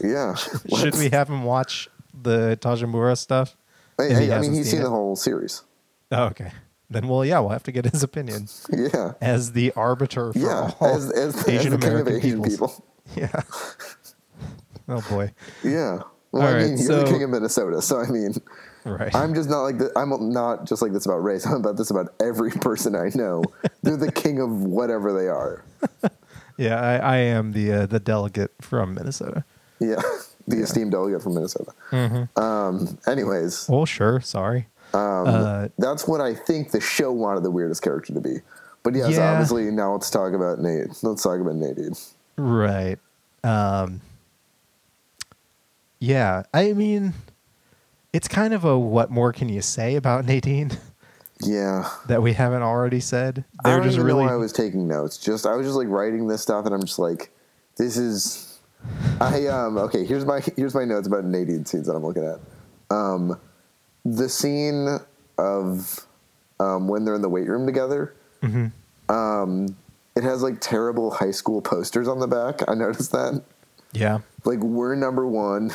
Speaker 2: yeah.
Speaker 1: should we have him watch the Tajimura stuff?
Speaker 2: Hey,
Speaker 1: if he
Speaker 2: hey, I mean,
Speaker 1: hasn't
Speaker 2: he's
Speaker 1: seen
Speaker 2: seen
Speaker 1: it?
Speaker 2: the whole series.
Speaker 1: Oh, okay. Then, well, yeah, we'll have to get his opinion
Speaker 2: Yeah.
Speaker 1: as the arbiter for
Speaker 2: Yeah,
Speaker 1: all
Speaker 2: as, as,
Speaker 1: Asian
Speaker 2: as the king of
Speaker 1: American
Speaker 2: Asian
Speaker 1: peoples.
Speaker 2: people.
Speaker 1: Yeah. oh boy.
Speaker 2: Yeah. Well,
Speaker 1: All
Speaker 2: I
Speaker 1: right,
Speaker 2: mean, you're
Speaker 1: so-
Speaker 2: the king of Minnesota, so I mean,
Speaker 1: Right.
Speaker 2: I'm just not like th- I'm not just like this about race. I'm about this about every person I know. They're the king of whatever they are.
Speaker 1: yeah, I, I am the uh, the delegate from Minnesota.
Speaker 2: Yeah, the esteemed delegate from Minnesota.
Speaker 1: Mm-hmm.
Speaker 2: Um, anyways,
Speaker 1: Oh, sure. Sorry.
Speaker 2: Um,
Speaker 1: uh,
Speaker 2: that's what I think the show wanted the weirdest character to be. But yes,
Speaker 1: Yeah.
Speaker 2: obviously now let's talk about Nate. Let's talk about Nate. Dude.
Speaker 1: Right. Um Yeah, I mean it's kind of a what more can you say about Nadine
Speaker 2: Yeah.
Speaker 1: that we haven't already said.
Speaker 2: I
Speaker 1: They're
Speaker 2: don't
Speaker 1: just
Speaker 2: even
Speaker 1: really
Speaker 2: know why I was taking notes. Just I was just like writing this stuff, and I'm just like, this is. I um okay. Here's my here's my notes about Nadine scenes that I'm looking at. Um, the scene of um, when they're in the weight room together.
Speaker 1: Mhm.
Speaker 2: Um, it has like terrible high school posters on the back. I noticed that.
Speaker 1: Yeah.
Speaker 2: Like we're number one,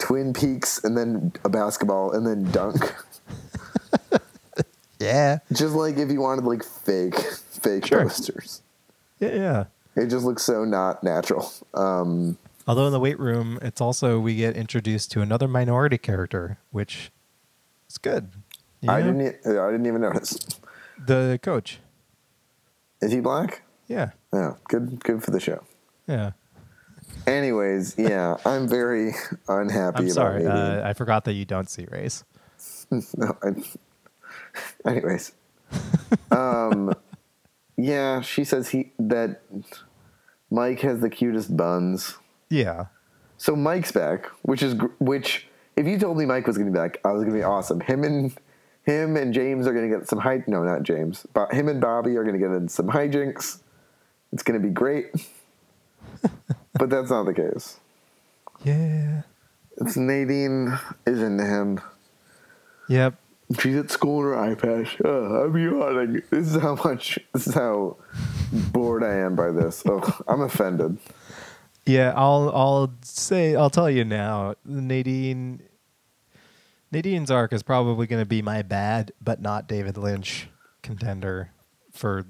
Speaker 2: Twin Peaks, and then a basketball, and then dunk.
Speaker 1: Yeah.
Speaker 2: just like if you wanted like fake fake
Speaker 1: Sure.
Speaker 2: posters.
Speaker 1: Yeah, yeah.
Speaker 2: It just looks so not natural. Um,
Speaker 1: Although in the weight room, it's also we get introduced to another minority character, which is good. You
Speaker 2: I
Speaker 1: know?
Speaker 2: didn't. e- I didn't even notice.
Speaker 1: the coach.
Speaker 2: Is he black?
Speaker 1: Yeah.
Speaker 2: Yeah. Good. Good for the show.
Speaker 1: Yeah.
Speaker 2: Anyways, yeah, I'm very unhappy.
Speaker 1: I'm
Speaker 2: about
Speaker 1: sorry.
Speaker 2: Nadine.
Speaker 1: Uh, I forgot that you don't see race.
Speaker 2: no, I, anyways, um, yeah, she says he that Mike has the cutest buns.
Speaker 1: Yeah.
Speaker 2: So Mike's back, which is gr- which. If you told me Mike was going to be back, I was going to be awesome. Him and him and James are going to get some high. No, not James. But him and Bobby are going to get in some hijinks. It's going to be great. but that's not the case.
Speaker 1: Yeah.
Speaker 2: It's Nadine is into him.
Speaker 1: Yep.
Speaker 2: She's at school on her iPad. Ugh, I'm yawning. This is how much. This is how bored I am by this. Ugh, I'm offended.
Speaker 1: Yeah, I'll I'll say I'll tell you now. Nadine Nadine's arc is probably going to be my bad, but not David Lynch contender for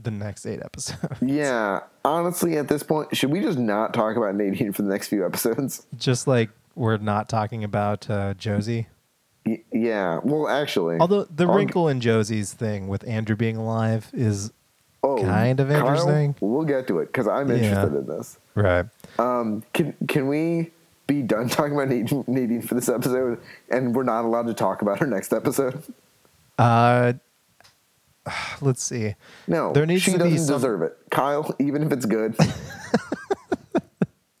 Speaker 1: the next eight episodes.
Speaker 2: Yeah, honestly, at this point, should we just not talk about Nadine for the next few episodes?
Speaker 1: Just like we're not talking about uh, Josie.
Speaker 2: Y- yeah. Well, actually,
Speaker 1: Although the
Speaker 2: I'll-
Speaker 1: wrinkle in Josie's thing with Andrew being alive is
Speaker 2: oh,
Speaker 1: kind of interesting.
Speaker 2: we'll get to it because I'm
Speaker 1: Yeah.
Speaker 2: interested in this.
Speaker 1: right.
Speaker 2: Um, can can we be done talking about Nadine, Nadine for this episode, and we're not allowed to talk about her next episode?
Speaker 1: Uh, let's see.
Speaker 2: No,
Speaker 1: There needs
Speaker 2: she
Speaker 1: to be
Speaker 2: doesn't
Speaker 1: some-
Speaker 2: deserve it, Kyle. Even if it's good,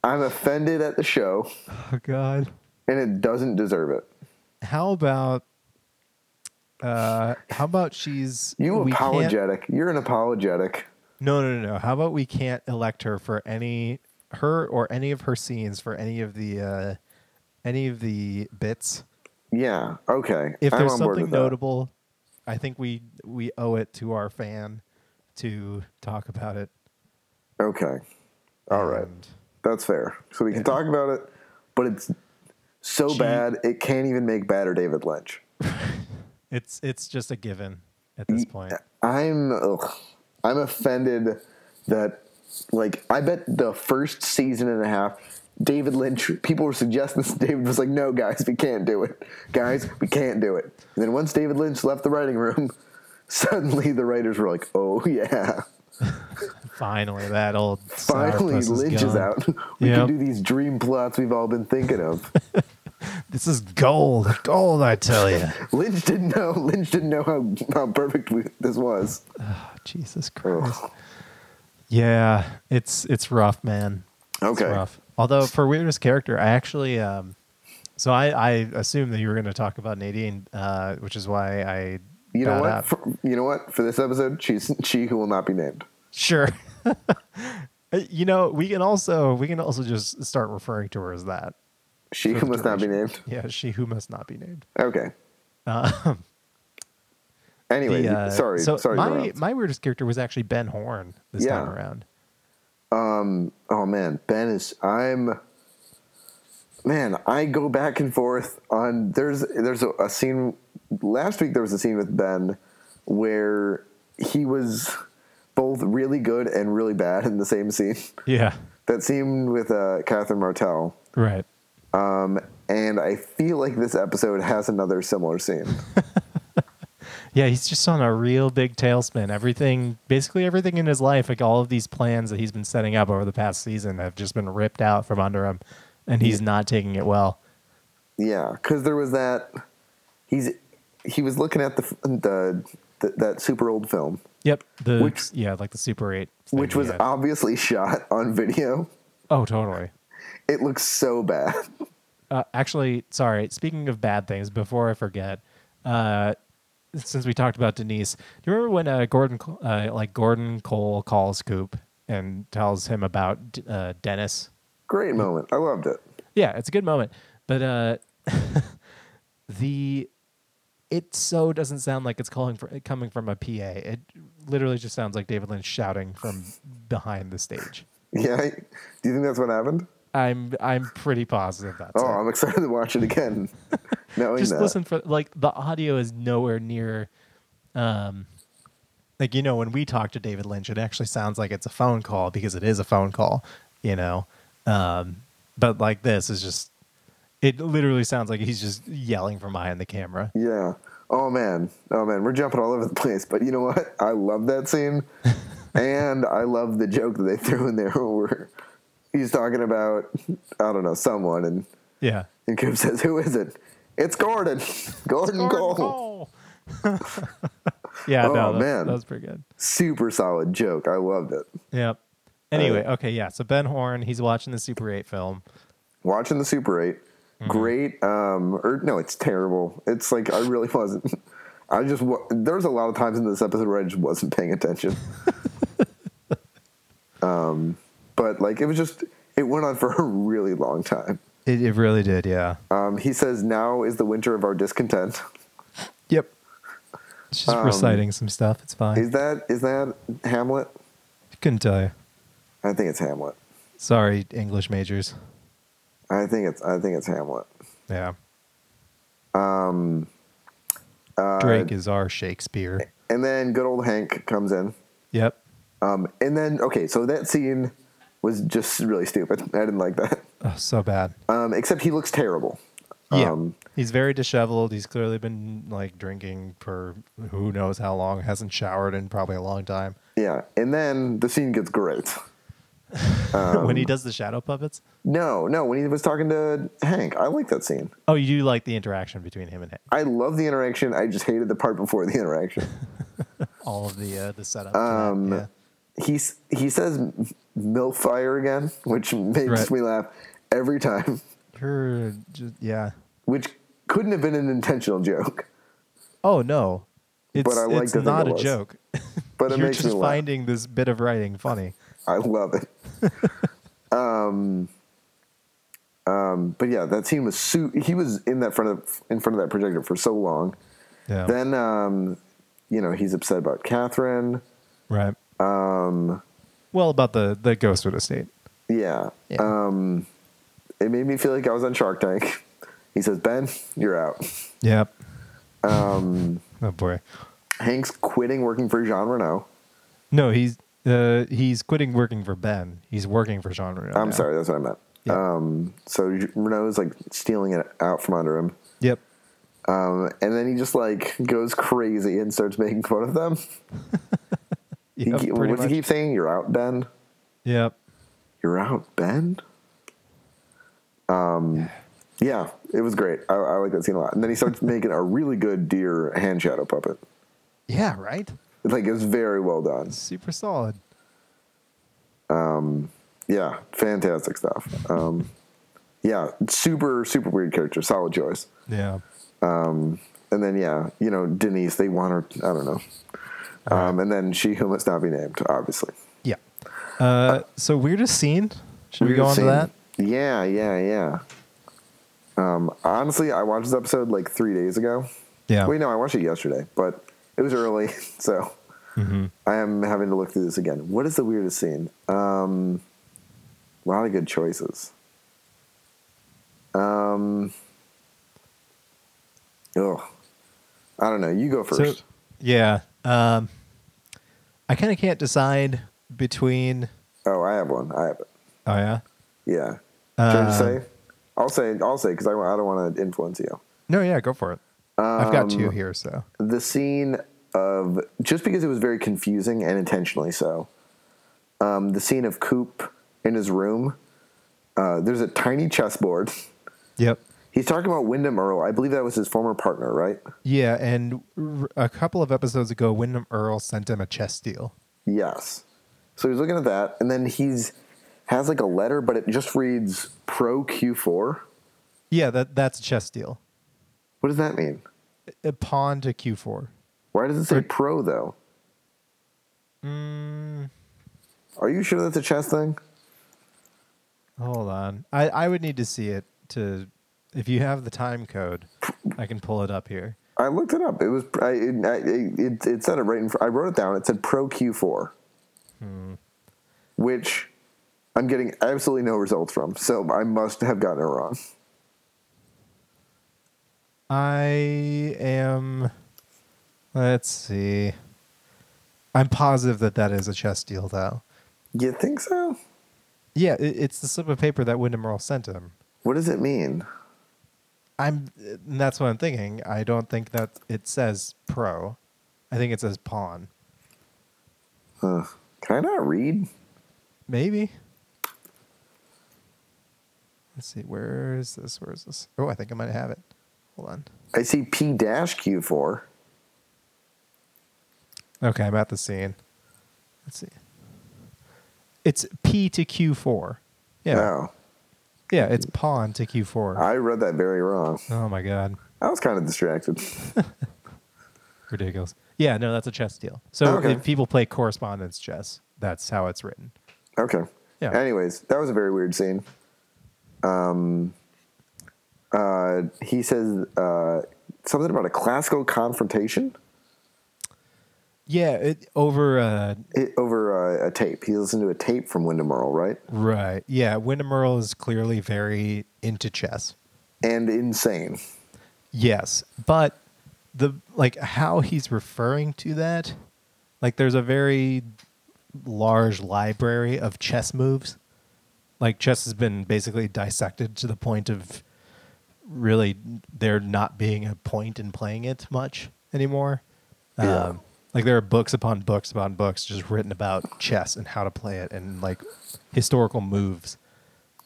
Speaker 2: I'm offended at the show,
Speaker 1: Oh God.
Speaker 2: and it doesn't deserve it.
Speaker 1: How about? Uh, how about she's
Speaker 2: You
Speaker 1: we can't-
Speaker 2: apologetic. You're an apologetic.
Speaker 1: No, no, no, no. How about we can't elect her for any her or any of her scenes for any of the uh any of the bits.
Speaker 2: Yeah. Okay.
Speaker 1: If
Speaker 2: I'm
Speaker 1: there's
Speaker 2: on board
Speaker 1: something
Speaker 2: with that.
Speaker 1: notable, I think we we owe it to our fan to talk about it.
Speaker 2: Okay. All right.
Speaker 1: And
Speaker 2: That's fair. So we can talk about it, but it's so bad it can't even make better David Lynch.
Speaker 1: It's it's just a given at this point.
Speaker 2: I'm ugh, I'm offended that like I bet the first season and a half David Lynch people were suggesting this David was like no guys we can't do it. Guys, we can't do it. And then once David Lynch left the writing room, suddenly the writers were like, "Oh yeah.
Speaker 1: Finally, that old
Speaker 2: Finally
Speaker 1: sourpuss
Speaker 2: Lynch is
Speaker 1: gone.
Speaker 2: out. We
Speaker 1: Yep.
Speaker 2: can do these dream plots we've all been thinking of."
Speaker 1: This is gold, gold, I tell you.
Speaker 2: Lynch didn't know. Lynch didn't know how, how perfect we, this was.
Speaker 1: Jesus Christ. Yeah, it's it's rough, man. It's
Speaker 2: Okay.
Speaker 1: rough. Although for weirdest character, I actually um so I I assumed that you were going to talk about Nadine, uh, which is why I
Speaker 2: You know
Speaker 1: brought
Speaker 2: what?
Speaker 1: up-
Speaker 2: For, you know what? For this episode, she's she who will not be named.
Speaker 1: Sure. you know, we can also we can also just start referring to her as that.
Speaker 2: She
Speaker 1: for
Speaker 2: who
Speaker 1: the
Speaker 2: must not be named.
Speaker 1: duration. Yeah, she who must not be named.
Speaker 2: Okay. anyway,
Speaker 1: Um, The, uh,
Speaker 2: sorry,
Speaker 1: So
Speaker 2: sorry.
Speaker 1: my
Speaker 2: Rob.
Speaker 1: my weirdest character was actually Ben Horn this time
Speaker 2: Yeah.
Speaker 1: around.
Speaker 2: oh man, Ben is. I'm. Man, I go back and forth on. There's there's a, a scene last week. There was a scene with Ben where he was both really good and really bad in the same scene.
Speaker 1: Yeah.
Speaker 2: That scene with uh, Catherine Martell.
Speaker 1: Right.
Speaker 2: and I feel like this episode has another similar scene.
Speaker 1: Yeah, he's just on a real big tailspin. Everything, basically everything in his life, like all of these plans that he's been setting up over the past season, have just been ripped out from under him, and he's not taking it well.
Speaker 2: yeah, because there was that he's he was looking at the f- the, the that super old film,
Speaker 1: Yep. The
Speaker 2: Which-
Speaker 1: yeah, like the Super Eight, thing
Speaker 2: which
Speaker 1: he
Speaker 2: was
Speaker 1: had.
Speaker 2: obviously shot on video.
Speaker 1: oh totally.
Speaker 2: It looks so bad.
Speaker 1: Uh, actually, sorry. Speaking of bad things, before I forget, uh, since we talked about Denise, do you remember when uh, Gordon, Co- uh, like Gordon Cole, calls Coop and tells him about D- uh, Dennis?
Speaker 2: Great moment. I loved it.
Speaker 1: Yeah, it's a good moment, but uh, the it so doesn't sound like it's calling for coming from a PA. It literally just sounds like David Lynch shouting from behind the stage.
Speaker 2: Yeah, I- do you think that's what happened?
Speaker 1: I'm I'm pretty positive that's
Speaker 2: Oh,
Speaker 1: it.
Speaker 2: I'm excited to watch it again. Knowing
Speaker 1: just
Speaker 2: that.
Speaker 1: listen for like the audio is nowhere near um like you know when we talk to david lynch it actually sounds like it's a phone call because it is a phone call you know um but like this is just it literally sounds like he's just yelling from behind the camera
Speaker 2: Yeah. Oh man. Oh man. We're jumping all over the place, but you know what? I love that scene, and I love the joke that they threw in there where he's talking about I don't know someone, and
Speaker 1: yeah
Speaker 2: and Coop says, "Who is it? It's Gordon. Gordon, Cole.
Speaker 1: yeah no,
Speaker 2: Oh,
Speaker 1: that-
Speaker 2: man.
Speaker 1: that was pretty good
Speaker 2: Super solid joke. I loved it.
Speaker 1: yep anyway
Speaker 2: Uh,
Speaker 1: okay yeah so ben horn he's watching the super 8 film
Speaker 2: Watching the Super 8 Great. Um. Or no, it's terrible. It's like I really wasn't. I just wa- there's a lot of times in this episode where I just wasn't paying attention. Um, but like it was just it went on for a really long time.
Speaker 1: it, it really did yeah
Speaker 2: Um, he says now is the winter of our discontent.
Speaker 1: yep it's just reciting some stuff it's fine
Speaker 2: um, Is that is that Hamlet?
Speaker 1: Couldn't tell you.
Speaker 2: I think it's Hamlet.
Speaker 1: Sorry, English majors.
Speaker 2: I think it's I think it's Hamlet.
Speaker 1: Yeah. Um,
Speaker 2: uh,
Speaker 1: Drake is our Shakespeare.
Speaker 2: And then good old Hank comes in.
Speaker 1: Yep.
Speaker 2: Um, and then okay, so that scene was just really stupid. I didn't like that.
Speaker 1: Oh, so bad.
Speaker 2: Um, except he looks terrible.
Speaker 1: Yeah.
Speaker 2: Um,
Speaker 1: He's very disheveled. He's clearly been like drinking for who knows how long. Hasn't showered in probably a long time.
Speaker 2: yeah. And then the scene gets great. Um,
Speaker 1: when he does the shadow puppets.
Speaker 2: No, no. When he was talking to Hank, I like that scene.
Speaker 1: Oh, you do like the interaction between him and Hank.
Speaker 2: I love the interaction. I just hated the part before the interaction.
Speaker 1: All of the uh, the setup. to that,
Speaker 2: Um,
Speaker 1: yeah.
Speaker 2: he's he says milk fire again, which makes
Speaker 1: Right.
Speaker 2: me laugh every time.
Speaker 1: You're just yeah.
Speaker 2: Which couldn't have been an intentional joke,
Speaker 1: Oh no, it's
Speaker 2: I like
Speaker 1: it's
Speaker 2: to think
Speaker 1: not
Speaker 2: it
Speaker 1: a
Speaker 2: was.
Speaker 1: joke.
Speaker 2: but it
Speaker 1: You're
Speaker 2: makes
Speaker 1: just
Speaker 2: me laugh.
Speaker 1: finding this bit of writing funny.
Speaker 2: I love it. um, um, but yeah, that scene was su- he was in that front of in front of that projector for so long.
Speaker 1: Yeah.
Speaker 2: Then um, you know he's upset about Catherine.
Speaker 1: Right. Um. Well, about the the Ghostwood estate.
Speaker 2: Yeah.
Speaker 1: Yeah.
Speaker 2: Um, it made me feel like I was on Shark Tank. He says, "Ben, you're out."
Speaker 1: Yep. Um. oh boy.
Speaker 2: Hank's quitting working for Jean Renault.
Speaker 1: No, he's uh he's quitting working for Ben. He's working for Sean Reno.
Speaker 2: I'm
Speaker 1: now.
Speaker 2: sorry, that's what I meant.
Speaker 1: Yeah.
Speaker 2: Um, so Renault is like stealing it out from under him,
Speaker 1: Yep.
Speaker 2: um, and then he just like goes crazy and starts making fun of them. He,
Speaker 1: Yep,
Speaker 2: ke-
Speaker 1: pretty
Speaker 2: what does
Speaker 1: much.
Speaker 2: he keep saying? You're out, Ben.
Speaker 1: Yep.
Speaker 2: You're out, Ben. Um, Yeah, it was great. I, I like that scene a lot. And then he starts making a really good deer hand shadow puppet.
Speaker 1: Yeah, right?
Speaker 2: Like it's very well done.
Speaker 1: Super solid.
Speaker 2: Yeah, fantastic stuff. Um, yeah, super super weird character. Solid choice.
Speaker 1: Yeah.
Speaker 2: And then yeah, you know Denise. They want her. I don't know. Um, and then she who must not be named, obviously.
Speaker 1: Yeah. Uh, so weirdest scene. Should we go on
Speaker 2: Weirdest
Speaker 1: to that?
Speaker 2: scene. Yeah, yeah, yeah. Um, honestly, I watched this episode like three days ago.
Speaker 1: Yeah.
Speaker 2: Wait, no, I watched it yesterday, but it was early, so
Speaker 1: Mm-hmm.
Speaker 2: I am having to look through this again. What is the weirdest scene? Um, a lot of good choices. Um, oh, I don't know. You go first.
Speaker 1: So, yeah. Um, I kind of can't decide between.
Speaker 2: oh, I have one. I have it.
Speaker 1: Oh yeah.
Speaker 2: Yeah. Should I just
Speaker 1: Um,
Speaker 2: say? I'll say. I'll say because I, I don't want to influence you.
Speaker 1: No, yeah, go for it. I've got two here, so
Speaker 2: the scene of just because it was very confusing and intentionally so. Um, the scene of Coop in his room. Uh, there's a tiny chessboard.
Speaker 1: yep.
Speaker 2: He's talking about Wyndham Earl. I believe that was his former partner, right?
Speaker 1: Yeah, and r- a couple of episodes ago, Wyndham Earl sent him a chess deal.
Speaker 2: Yes. So he's looking at that, and then he's has like a letter, but it just reads pro Q4.
Speaker 1: Yeah, that that's a chess deal.
Speaker 2: What does that mean?
Speaker 1: A pawn to Q4.
Speaker 2: Why does it say pro though?
Speaker 1: Mm,
Speaker 2: Are you sure that's a chess thing?
Speaker 1: Hold on, I I would need to see it to. If you have the time code, I can pull it up here.
Speaker 2: I looked it up. It was I, it, I, it, it said it right in front. I wrote it down. It said Pro Q4, which I'm getting absolutely no results from. So I must have gotten it wrong.
Speaker 1: I am. Let's see. I'm positive that that is a chess deal, though.
Speaker 2: You think so?
Speaker 1: Yeah, it, it's the slip of paper that Wyndham Earl sent him.
Speaker 2: What does it mean?
Speaker 1: I'm. And that's what I'm thinking. I don't think that it says pro. I think it says pawn.
Speaker 2: Huh. Can I not read?
Speaker 1: Maybe. Let's see. Where is this? Where is this? Oh, I think I might have it. Hold on.
Speaker 2: I see P dash Q4.
Speaker 1: Okay, I'm at the scene. Let's see. It's P to Q4. Yeah.
Speaker 2: No,
Speaker 1: Yeah, it's pawn to Q4.
Speaker 2: Oh, I read that very wrong.
Speaker 1: oh my god,
Speaker 2: I was kind of distracted.
Speaker 1: ridiculous. Yeah, no, that's a chess deal. So
Speaker 2: Okay.
Speaker 1: if people play correspondence chess, that's how it's written.
Speaker 2: Okay.
Speaker 1: Yeah.
Speaker 2: Anyways, that was a very weird scene. Um, uh, he says uh, something about a classical confrontation
Speaker 1: Yeah, it, over uh,
Speaker 2: it, over uh, a tape. He listened to a tape from Wyndham Earl, right?
Speaker 1: right. Yeah, Wyndham Earl is clearly very into chess.
Speaker 2: And insane.
Speaker 1: Yes, but the like how he's referring to that, like there's a very large library of chess moves. Like chess has been basically dissected to the point of really there not being a point in playing it much anymore.
Speaker 2: Yeah.
Speaker 1: Um, like there are books upon books upon books just written about chess and how to play it and like historical moves.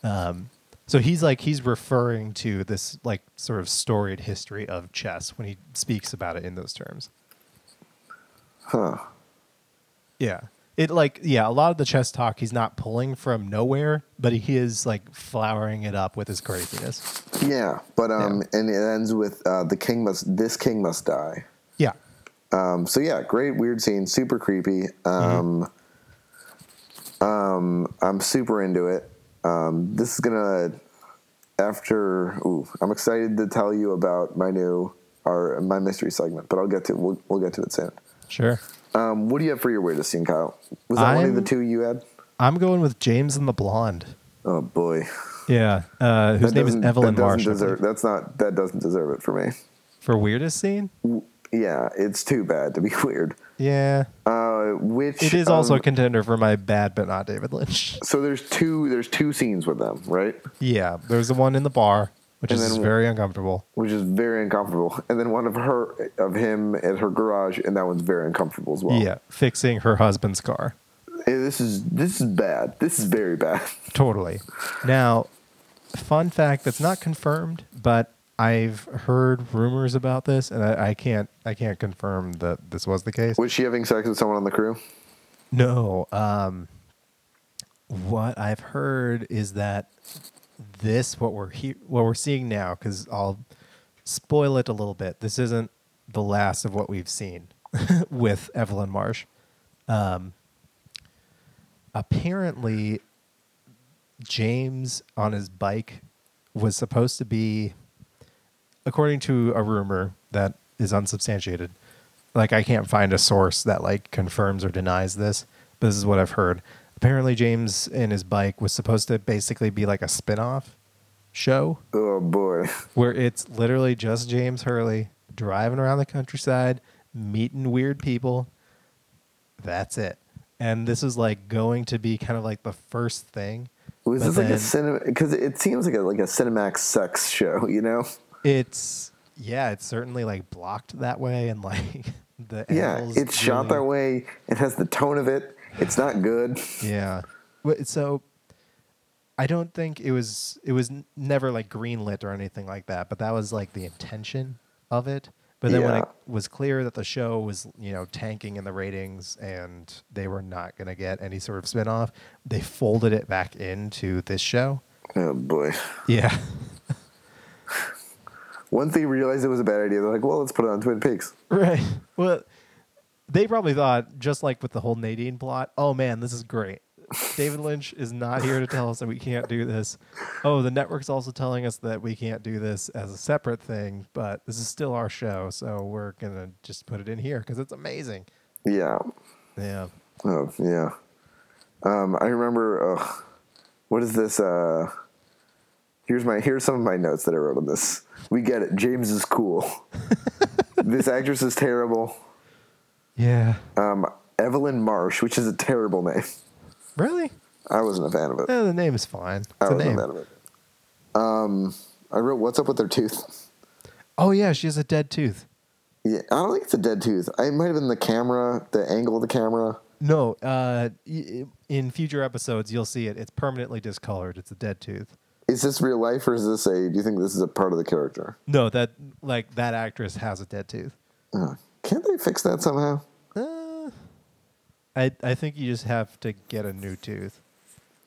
Speaker 1: Um, So he's like he's referring to this like sort of storied history of chess when he speaks about it in those terms.
Speaker 2: Huh.
Speaker 1: Yeah. It like yeah, a lot of the chess talk he's not pulling from nowhere, but he is like flowering it up with his craziness.
Speaker 2: Yeah. But um, and it ends with uh, the king must. This king must die.
Speaker 1: Yeah.
Speaker 2: Um, so yeah, great weird scene, super creepy. Um, um, I'm super into it. Um, this is gonna after. Ooh, I'm excited to tell you about my new our my mystery segment, but I'll get to we'll, we'll get to it soon.
Speaker 1: Sure.
Speaker 2: Um, what do you have for your weirdest scene, Kyle? Was that one of
Speaker 1: I'm-
Speaker 2: the two you had?
Speaker 1: I'm going with James and the Blonde.
Speaker 2: Oh boy,
Speaker 1: Yeah. Uh, whose
Speaker 2: That
Speaker 1: name is
Speaker 2: doesn't-
Speaker 1: Evelyn
Speaker 2: that doesn't
Speaker 1: Marsh. I
Speaker 2: Deserve,
Speaker 1: believe.
Speaker 2: that's not that doesn't deserve it for me.
Speaker 1: For weirdest scene?
Speaker 2: Yeah, it's too bad to be weird.
Speaker 1: Yeah.
Speaker 2: Uh, which
Speaker 1: It is also
Speaker 2: um,
Speaker 1: a contender for my bad but not David Lynch.
Speaker 2: so there's two there's two scenes with them, right?
Speaker 1: Yeah. There's the one in the bar, which
Speaker 2: And
Speaker 1: is
Speaker 2: then-
Speaker 1: very uncomfortable.
Speaker 2: which is very uncomfortable. And then one of her of him at her garage, and that one's very uncomfortable as well.
Speaker 1: Yeah. Fixing her husband's car.
Speaker 2: Hey, this is this is bad. This is very bad.
Speaker 1: Totally. Now, fun fact that's not confirmed, but I've heard rumors about this, and I, I can't I can't confirm that this was the case.
Speaker 2: Was she having sex with someone on the crew?
Speaker 1: No. Um, what I've heard is that this what we're he- what we're seeing now, because I'll spoil it a little bit. This isn't the last of what we've seen with Evelyn Marsh. Um, apparently, James on his bike was supposed to be, according to a rumor that is unsubstantiated. Like I can't find a source that like confirms or denies this, but this is what I've heard. Apparently, James and his bike was supposed to basically be like a spin-off show
Speaker 2: Oh boy.
Speaker 1: where it's literally just James Hurley driving around the countryside, meeting weird people. That's it. And this is like going to be kind of like the first thing.
Speaker 2: Was
Speaker 1: but
Speaker 2: this like a
Speaker 1: then
Speaker 2: cinema? Because it seems like a like a Cinemax sex show, you know?
Speaker 1: It's yeah, it's certainly like blocked that way, and like the
Speaker 2: Yeah,
Speaker 1: angles
Speaker 2: it's shot that
Speaker 1: really-
Speaker 2: way. It has the tone of it. It's not good.
Speaker 1: Yeah, But- so I don't think it was it was n- never like greenlit or anything like that, but that was like the intention of it. But then when
Speaker 2: Yeah.
Speaker 1: it was clear that the show was you know tanking in the ratings and they were not going to get any sort of spinoff, they folded it back into this show.
Speaker 2: Oh boy.
Speaker 1: Yeah,
Speaker 2: Once they realized it was a bad idea, they're like, "Well, let's put it on Twin Peaks."
Speaker 1: right. Well, they probably thought just like with the whole Nadine plot. Oh man, this is great. David Lynch is not here to tell us that we can't do this. Oh, the network's also telling us that we can't do this as a separate thing, but this is still our show, so we're gonna just put it in here because it's amazing.
Speaker 2: Yeah.
Speaker 1: Yeah.
Speaker 2: Oh yeah. Um, I remember. Oh, what is this? Uh, here's my here's some of my notes that I wrote on this. We get it. James is cool. this actress is terrible.
Speaker 1: Yeah.
Speaker 2: Um, Evelyn Marsh, which is a terrible name.
Speaker 1: Really?
Speaker 2: I wasn't a fan of it.
Speaker 1: Yeah, the name is fine. It's
Speaker 2: I
Speaker 1: a
Speaker 2: wasn't
Speaker 1: name.
Speaker 2: a fan of it. Um, I wrote, "What's up with their tooth?"
Speaker 1: Oh yeah, she has a dead tooth.
Speaker 2: Yeah, I don't think it's a dead tooth. I it might have been the camera, the angle of the camera.
Speaker 1: No, uh, y- in future episodes you'll see it. It's permanently discolored. It's a dead tooth.
Speaker 2: Is this real life or is this a? Do you think this is a part of the character?
Speaker 1: No, that like that actress has a dead tooth.
Speaker 2: Uh, can't they fix that somehow?
Speaker 1: Uh, I I think you just have to get a new tooth.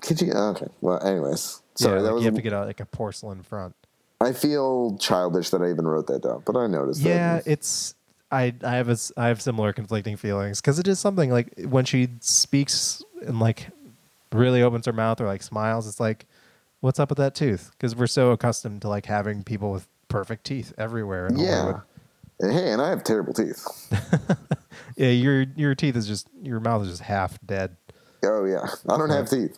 Speaker 2: Could you? Okay. Well, anyways, sorry.
Speaker 1: yeah,
Speaker 2: that
Speaker 1: like
Speaker 2: was.
Speaker 1: you have to get a, like a porcelain front.
Speaker 2: I feel childish that I even wrote that down, but I noticed.
Speaker 1: Yeah,
Speaker 2: That.
Speaker 1: it's I I have a s- I have similar conflicting feelings because it is something like when she speaks and like really opens her mouth or like smiles, it's like, what's up with that tooth? Because we're so accustomed to like having people with perfect teeth everywhere. In
Speaker 2: Yeah.
Speaker 1: Hollywood.
Speaker 2: And Hey, and I have terrible teeth.
Speaker 1: yeah, your your teeth is just your mouth is just half dead.
Speaker 2: Oh yeah, I don't have teeth.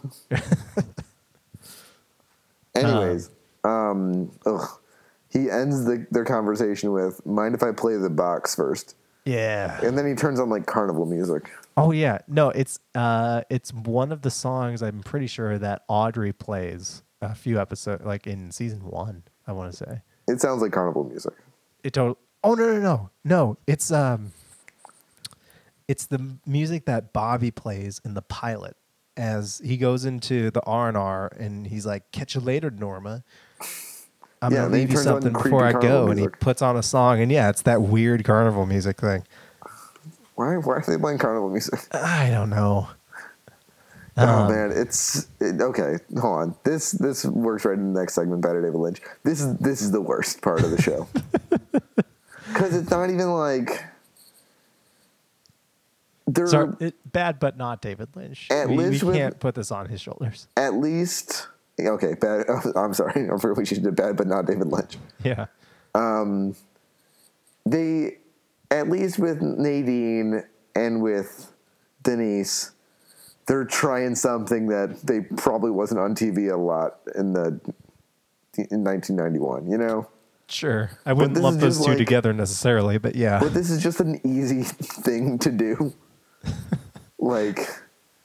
Speaker 2: Anyways, um, ugh. he ends the, their conversation with, "Mind if I play the box first?
Speaker 1: Yeah.
Speaker 2: And then he turns on like carnival music.
Speaker 1: Oh yeah, no, it's uh, it's one of the songs I'm pretty sure that Audrey plays a few episodes, like in season one. I want to say
Speaker 2: It sounds like carnival music.
Speaker 1: it. Total- oh no, no, no, no! It's um, it's the m- music that Bobby plays in the pilot as he goes into the R and R, and he's like, "Catch you later, Norma." I'm
Speaker 2: Yeah,
Speaker 1: gonna
Speaker 2: then he
Speaker 1: leave you
Speaker 2: turns on
Speaker 1: something
Speaker 2: creepy
Speaker 1: before I
Speaker 2: carnival
Speaker 1: go, and he
Speaker 2: music.
Speaker 1: puts on a song, and yeah, it's that weird carnival music thing.
Speaker 2: Why? Why are they playing carnival music?
Speaker 1: I don't know.
Speaker 2: oh man, it's it, okay. Hold on. This this works right in the next segment. Better David Lynch. This is this is the worst part of the show because it's not even like they're
Speaker 1: Sorry, it, bad but not David Lynch.
Speaker 2: At
Speaker 1: we, we
Speaker 2: least with-
Speaker 1: can't put this on his shoulders.
Speaker 2: at least okay. Bad. I'm sorry. I forgot we should do bad, but not David Lynch.
Speaker 1: Yeah.
Speaker 2: they at least with Nadine and with Denise, they're trying something that they probably wasn't on TV a lot in the in 1991. You know,
Speaker 1: Sure. I wouldn't
Speaker 2: this
Speaker 1: lump
Speaker 2: is
Speaker 1: those
Speaker 2: just
Speaker 1: two
Speaker 2: like-
Speaker 1: together necessarily, but yeah.
Speaker 2: but this is just an easy thing to do. like,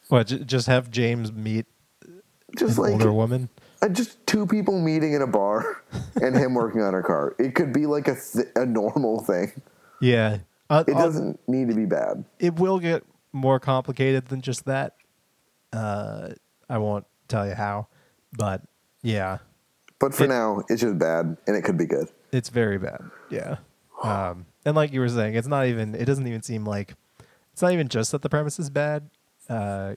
Speaker 1: What, j- just have James meet an
Speaker 2: just like
Speaker 1: older woman?
Speaker 2: uh, just two people meeting in a bar and him working on her car. It could be like a th- a normal thing.
Speaker 1: Yeah. Uh,
Speaker 2: It
Speaker 1: uh,
Speaker 2: doesn't need to be bad.
Speaker 1: it will get more complicated than just that. Uh, I won't tell you how, but yeah.
Speaker 2: But for
Speaker 1: It-
Speaker 2: now, it's just bad, and it could be good.
Speaker 1: It's very bad. Yeah. Um, and like you were saying, it's not even. It doesn't even seem like. It's not even just that the premise is bad. Uh,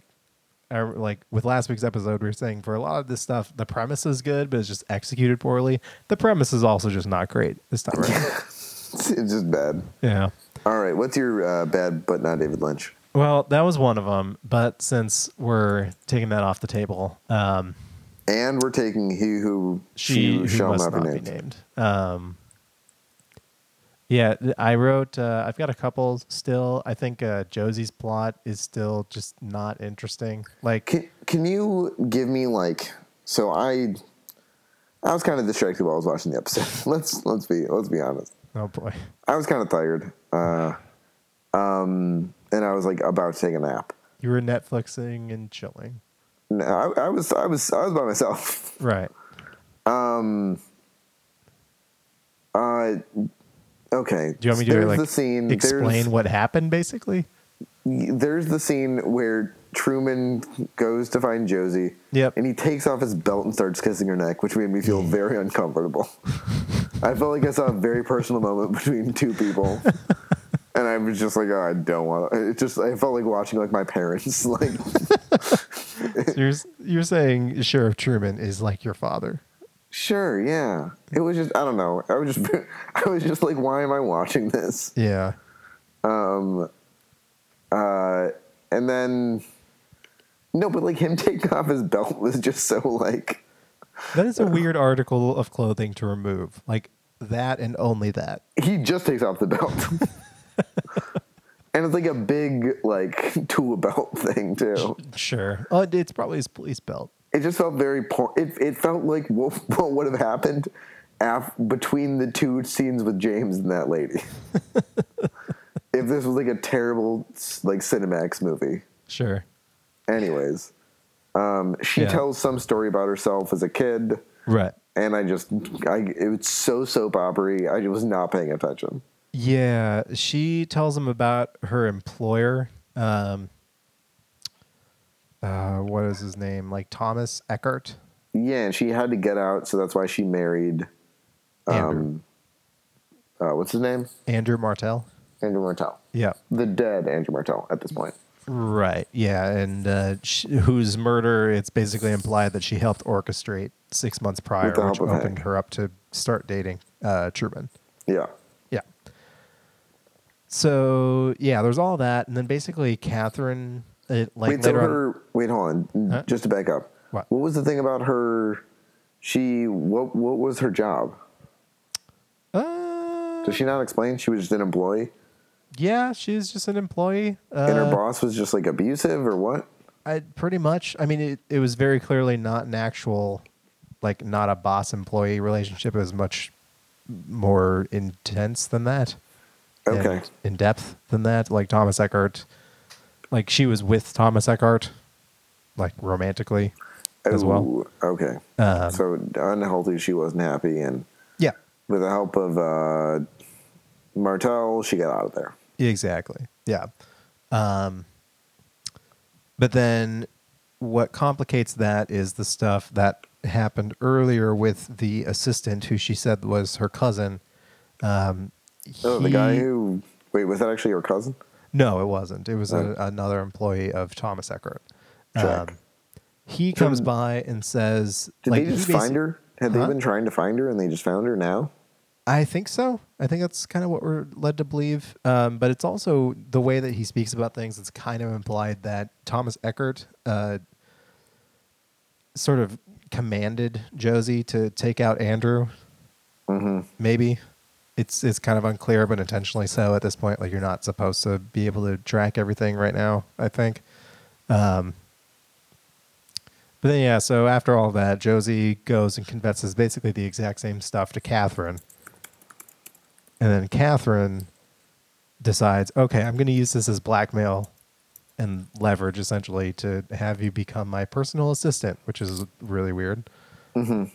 Speaker 1: or like with last week's episode, we were saying for a lot of this stuff, the premise is good, but it's just executed poorly. The premise is also just not great this time around.
Speaker 2: It's, it's just bad.
Speaker 1: yeah.
Speaker 2: All right, what's your uh, bad but not David Lynch?
Speaker 1: Well, that was one of them. But since we're taking that off the table, um,
Speaker 2: And we're taking he who
Speaker 1: she who
Speaker 2: shall
Speaker 1: must
Speaker 2: not, be, named.
Speaker 1: Um, yeah, th- I wrote. Uh, I've got a couple still. I think uh, Josie's plot is still just not interesting. Like,
Speaker 2: Can, can you give me like so I I was kind of distracted while I was watching the episode. let's let's be let's be honest.
Speaker 1: oh boy,
Speaker 2: I was kind of tired. Uh, um, and I was like about to take a nap.
Speaker 1: you were Netflixing and chilling,
Speaker 2: No, I, I was I was I was by myself.
Speaker 1: right?
Speaker 2: Uh, okay.
Speaker 1: Do you want
Speaker 2: So
Speaker 1: me to
Speaker 2: there's
Speaker 1: like
Speaker 2: the scene?
Speaker 1: explain what happened, basically?
Speaker 2: There's, there's the scene where Truman goes to find Josie.
Speaker 1: Yep.
Speaker 2: And he takes off his belt and starts kissing her neck, which made me feel very uncomfortable. I felt like I saw a very personal moment between two people. And I was just like, oh, I don't want to. It just, I felt like watching like my parents. Like,
Speaker 1: So you're s- you're saying Sheriff Truman is like your father.
Speaker 2: sure, yeah. It was just, I don't know. I was just, I was just like, why am I watching this?
Speaker 1: Yeah.
Speaker 2: uh, and then no, but like him taking off his belt was just so like
Speaker 1: That is a weird article of clothing to remove. Like that and only that.
Speaker 2: he just takes off the belt, and it's like a big like tool belt thing too.
Speaker 1: Sure. Oh, it- it's probably his police belt.
Speaker 2: It just felt very por- it it felt like what, what would have happened af- between the two scenes with James and that lady. if this was like a terrible like Cinemax movie.
Speaker 1: Sure.
Speaker 2: Anyways, um, she
Speaker 1: Yeah.
Speaker 2: tells some story about herself as a kid.
Speaker 1: Right.
Speaker 2: and I just, I it was so soap opery. I was not paying attention.
Speaker 1: Yeah, she tells him about her employer. Um, uh, what is his name? Like Thomas Eckert.
Speaker 2: Yeah, and she had to get out, so that's why she married.
Speaker 1: Andrew,
Speaker 2: Um, uh, what's his name?
Speaker 1: Andrew Martel.
Speaker 2: Andrew Martel,
Speaker 1: Yeah.
Speaker 2: the dead Andrew Martel at this point.
Speaker 1: Right. Yeah, and uh, sh whose murder it's basically implied that she helped orchestrate six months prior,
Speaker 2: the
Speaker 1: which
Speaker 2: help of
Speaker 1: opened
Speaker 2: Hank.
Speaker 1: her up to start dating uh, Truman.
Speaker 2: Yeah,
Speaker 1: Yeah. So yeah, there's all that, and then basically Catherine, it, like
Speaker 2: wait, so
Speaker 1: later on-
Speaker 2: her. Wait, hold on,
Speaker 1: Huh?
Speaker 2: just to back up.
Speaker 1: What?
Speaker 2: was the thing about her? She what? What was her job?
Speaker 1: Uh,
Speaker 2: Does she not explain? She was just an employee,
Speaker 1: yeah, she's just an employee. Uh,
Speaker 2: and her boss was just like abusive, or what?
Speaker 1: I pretty much. I mean, it, it was very clearly not an actual, like, not a boss employee relationship. It was much more intense than that. and
Speaker 2: Okay.
Speaker 1: in depth than that, like Thomas Eckert, like she was with Thomas Eckert, like romantically,
Speaker 2: Oh.
Speaker 1: as well. Um,
Speaker 2: Ooh, Okay. so unhealthy, she wasn't happy, and
Speaker 1: Yeah,
Speaker 2: with the help of uh, Martel, she got out of there.
Speaker 1: Exactly. Yeah. Um, but then what complicates that is the stuff that happened earlier with the assistant who she said was her cousin. Um,
Speaker 2: Oh, the guy
Speaker 1: he-
Speaker 2: who wait was that actually her cousin?
Speaker 1: No, it wasn't. It was
Speaker 2: Oh.
Speaker 1: a, another employee of Thomas Eckert.
Speaker 2: Check.
Speaker 1: Um, he comes by and says,
Speaker 2: Did
Speaker 1: like,
Speaker 2: they
Speaker 1: he
Speaker 2: just
Speaker 1: basi-
Speaker 2: find her? Had
Speaker 1: Huh?
Speaker 2: they been trying to find her and they just found her now?
Speaker 1: I think so. I think that's kind of what we're led to believe. Um, but it's also the way that he speaks about things. It's kind of implied that Thomas Eckert uh, sort of commanded Josie to take out Andrew. Maybe it's it's kind of unclear, but intentionally so at this point. Like you're not supposed to be able to track everything right now. I think. Um, But then, yeah, so after all that, Josie goes and confesses basically the exact same stuff to Catherine. And then Catherine decides, okay, I'm going to use this as blackmail and leverage essentially to have you become my personal assistant, which is really weird. Um,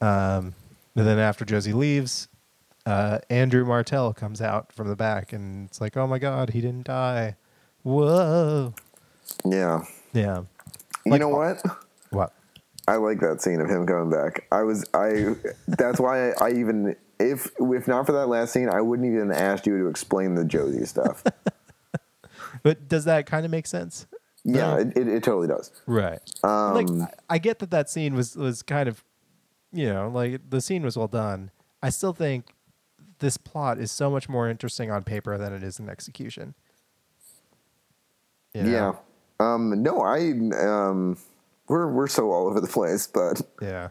Speaker 1: and then after Josie leaves, uh, Andrew Martell comes out from the back and it's like, oh my God, he didn't die. Whoa.
Speaker 2: Yeah.
Speaker 1: Yeah.
Speaker 2: You
Speaker 1: Like- uh,
Speaker 2: know what?
Speaker 1: What?
Speaker 2: I like that scene of him coming back. I was I. That's why I, I even if if not for that last scene, I wouldn't even asked you to explain the Josie stuff.
Speaker 1: But does that kind of make sense?
Speaker 2: yeah, it, it, it totally does.
Speaker 1: Right. like
Speaker 2: Um,
Speaker 1: I- I get that that scene was was kind of, you know, like the scene was well done. I still think this plot is so much more interesting on paper than it is in execution. You know?
Speaker 2: Yeah. Um, no, I um, we're we're so all over the place, but
Speaker 1: Yeah.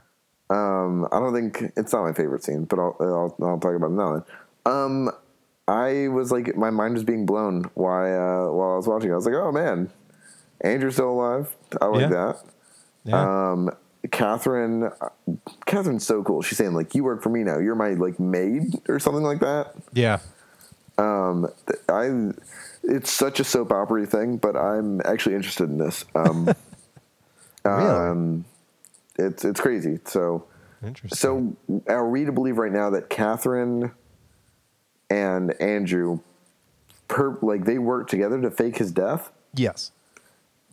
Speaker 2: um, I don't think it's not my favorite scene, but I'll I'll, I'll talk about it now. Then. Um, I was like, my mind was being blown while uh, while I was watching. I was like, oh man, Andrew's still alive. I like
Speaker 1: Yeah.
Speaker 2: that.
Speaker 1: Yeah.
Speaker 2: Um, Catherine, uh, Catherine's so cool. She's saying like, you work for me now. You're my like maid or something like that.
Speaker 1: yeah.
Speaker 2: Th- I, it's such a soap opera thing, but I'm actually interested in this. Um, um, it's it's crazy. So
Speaker 1: Interesting.
Speaker 2: so are we to believe right now that Catherine and Andrew, per like they worked together to fake his death?
Speaker 1: yes.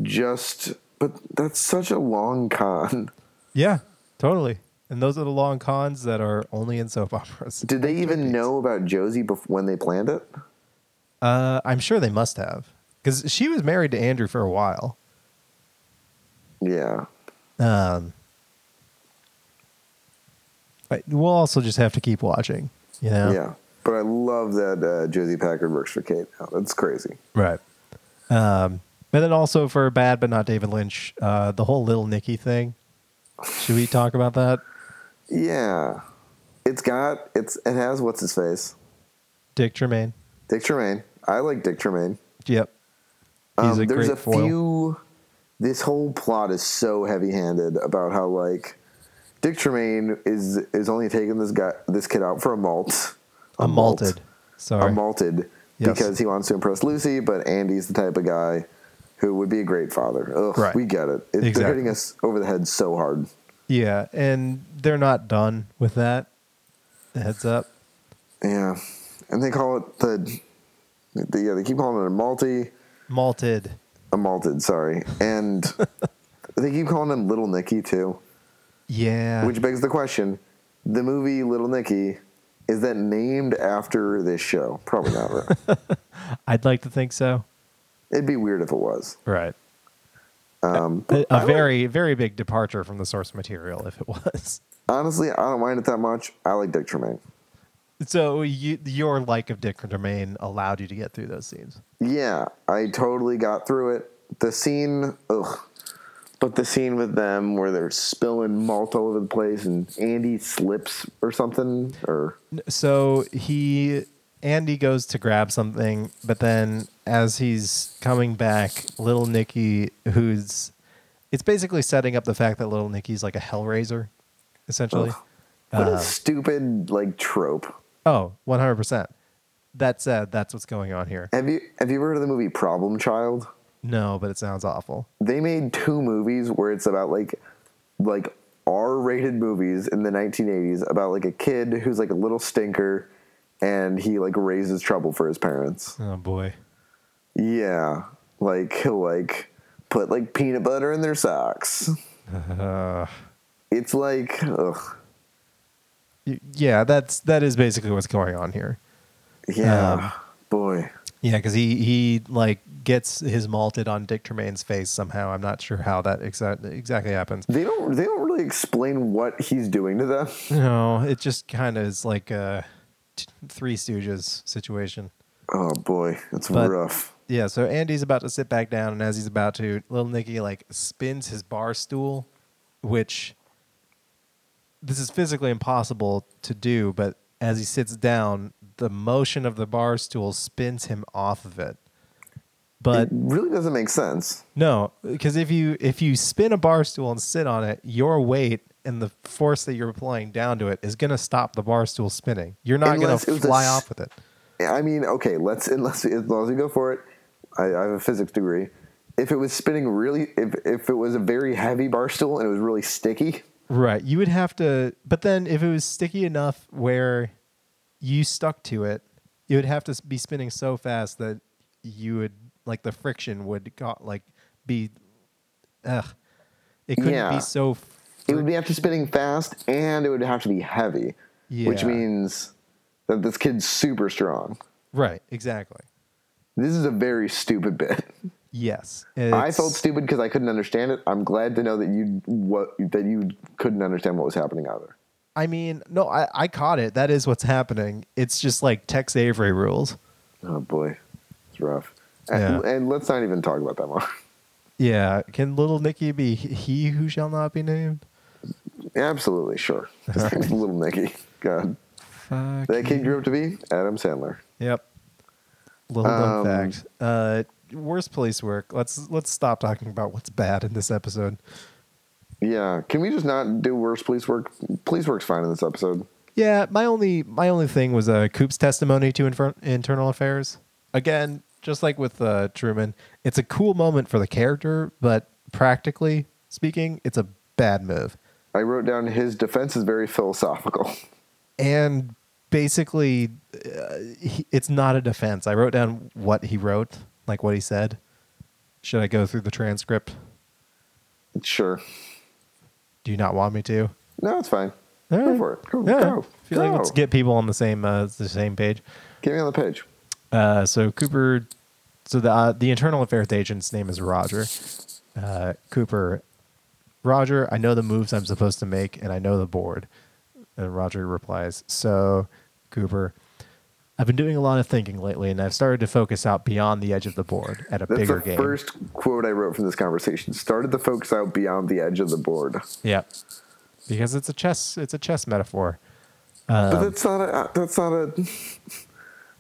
Speaker 2: Just, but that's such a long con.
Speaker 1: Yeah. Totally. And those are the long cons that are only in soap operas.
Speaker 2: Did they even know about Josie bef- when they planned it?
Speaker 1: Uh, I'm sure they must have, because she was married to Andrew for a while.
Speaker 2: Yeah.
Speaker 1: Um, but we'll also just have to keep watching. You know?
Speaker 2: Yeah. But I love that uh, Josie Packard works for Kate now. That's crazy.
Speaker 1: Right. Um, but then also for bad but not David Lynch, uh, the whole little Nicky thing. Should we talk about that?
Speaker 2: Yeah. It's got it's it has what's his face?
Speaker 1: Dick Tremaine.
Speaker 2: Dick Tremaine. I like Dick Tremaine.
Speaker 1: Yep.
Speaker 2: Um,
Speaker 1: He's a
Speaker 2: there's
Speaker 1: great
Speaker 2: a
Speaker 1: foil.
Speaker 2: few this whole plot is so heavy-handed about how like Dick Tremaine is is only taking this guy this kid out for a malt.
Speaker 1: I'm
Speaker 2: malt.
Speaker 1: malted.
Speaker 2: A
Speaker 1: Sorry.
Speaker 2: malted
Speaker 1: Yes.
Speaker 2: because he wants to impress Lucy, but Andy's the type of guy who would be a great father. Ugh,
Speaker 1: Right.
Speaker 2: we get it. it They're
Speaker 1: Exactly.
Speaker 2: hitting us over the head so hard.
Speaker 1: yeah, and they're not done with that. A heads up.
Speaker 2: Yeah. And they call it the, the yeah, they keep calling it a multi.
Speaker 1: Malted.
Speaker 2: a malted, sorry. And they keep calling him Little Nicky too,
Speaker 1: Yeah.
Speaker 2: which begs the question: the movie Little Nicky is that named after this show? Probably not. Right?
Speaker 1: I'd like to think so.
Speaker 2: It'd be weird if it was.
Speaker 1: Right.
Speaker 2: Um,
Speaker 1: A, a very, very big departure from the source material if it was.
Speaker 2: honestly, I don't mind it that much. I like Dick Tremaine.
Speaker 1: So you, your like of Dick Tremaine allowed you to get through those scenes.
Speaker 2: Yeah, I totally got through it. The scene, ugh. But the scene with them where they're spilling malt all over the place and Andy slips or something, or
Speaker 1: So he Andy goes to grab something, but then as he's coming back, little Nicky, who's it's basically setting up the fact that little Nicky's like a hellraiser, essentially.
Speaker 2: what a stupid like trope.
Speaker 1: Oh, 100 percent. That said, that's what's going on here.
Speaker 2: Have you have you ever heard of the movie Problem Child?
Speaker 1: No, but it sounds awful.
Speaker 2: They made two movies where it's about like like R-rated movies in the 1980s about like a kid who's like a little stinker and he like raises trouble for his parents.
Speaker 1: Oh boy.
Speaker 2: Yeah. Like he'll like put like peanut butter in their socks.
Speaker 1: Uh,
Speaker 2: It's like ugh.
Speaker 1: y- yeah, that's that is basically what's going on here.
Speaker 2: Yeah.
Speaker 1: Um,
Speaker 2: boy.
Speaker 1: Yeah, because he he like gets his malted on Dick Tremaine's face somehow. I'm not sure how that exactly exactly happens.
Speaker 2: They don't they don't really explain what he's doing to them.
Speaker 1: No, it just kind of is like a t- Three Stooges situation.
Speaker 2: Oh boy, it's
Speaker 1: But-
Speaker 2: rough.
Speaker 1: Yeah, so Andy's about to sit back down, and as he's about to, little Nicky like spins his bar stool, which this is physically impossible to do. But as he sits down, the motion of the bar stool spins him off of it. But
Speaker 2: it really doesn't make sense.
Speaker 1: No, because if you if you spin a bar stool and sit on it, your weight and the force that you're applying down to it is going to stop the bar stool spinning. You're not going
Speaker 2: Unless it
Speaker 1: to
Speaker 2: was a
Speaker 1: fly
Speaker 2: s-
Speaker 1: off with it.
Speaker 2: I mean, okay, let's unless unless we go for it. I, I have a physics degree. If it was spinning really, if if it was a very heavy bar stool and it was really sticky,
Speaker 1: Right. You would have to, but then if it was sticky enough where you stuck to it, you would have to s- be spinning so fast that you would like the friction would got like be, ugh, it couldn't
Speaker 2: Yeah.
Speaker 1: be so
Speaker 2: it would be after spinning fast and it would have to be heavy, which
Speaker 1: Yeah.
Speaker 2: means that this kid's super strong.
Speaker 1: Right, exactly.
Speaker 2: This is a very stupid bit.
Speaker 1: Yes.
Speaker 2: I
Speaker 1: it's-
Speaker 2: felt stupid because I couldn't understand it. I'm glad to know that you what that you couldn't understand what was happening either.
Speaker 1: I mean, no, I, I caught it. That is what's happening. It's just like Tex Avery rules.
Speaker 2: Oh boy, it's rough. And,
Speaker 1: Yeah.
Speaker 2: and let's not even talk about that one.
Speaker 1: Yeah. Can little Nicky be he who shall not be named?
Speaker 2: Absolutely, sure. Just Little Nicky. God.
Speaker 1: Fuck.
Speaker 2: That kid grew up to be Adam Sandler.
Speaker 1: Yep. Little
Speaker 2: Um,
Speaker 1: dumb fact. Uh, worst police work. Let's let's stop talking about what's bad in this episode.
Speaker 2: Yeah. Can we just not do worse police work? Police work's fine in this episode.
Speaker 1: Yeah, my only my only thing was uh, Coop's testimony to infer- internal affairs. Again, just like with uh, Truman, it's a cool moment for the character, but practically speaking, it's a bad move.
Speaker 2: I wrote down his defense is very philosophical.
Speaker 1: And basically, uh, he, it's not a defense. I wrote down what he wrote, like what he said. Should I go through the transcript?
Speaker 2: sure.
Speaker 1: Do you not want me to?
Speaker 2: No, it's fine.
Speaker 1: All
Speaker 2: Go
Speaker 1: right.
Speaker 2: for it. Go.
Speaker 1: Yeah.
Speaker 2: Go.
Speaker 1: I feel like let's
Speaker 2: Go.
Speaker 1: get people on the same uh, the same page.
Speaker 2: Get me on the page.
Speaker 1: Uh, so Cooper, so the uh, the internal affairs agent's name is Roger. Uh, Cooper, Roger, I know the moves I'm supposed to make, and I know the board. And Roger replies, "So, Cooper, I've been doing a lot of thinking lately, and I've started to focus out beyond the edge of the board at a
Speaker 2: That's
Speaker 1: bigger
Speaker 2: the
Speaker 1: game.
Speaker 2: first quote I wrote from this conversation. Started to focus out beyond the edge of the board.
Speaker 1: Yeah, because it's a chess, it's a chess metaphor. Um,
Speaker 2: but that's not a. That's not a.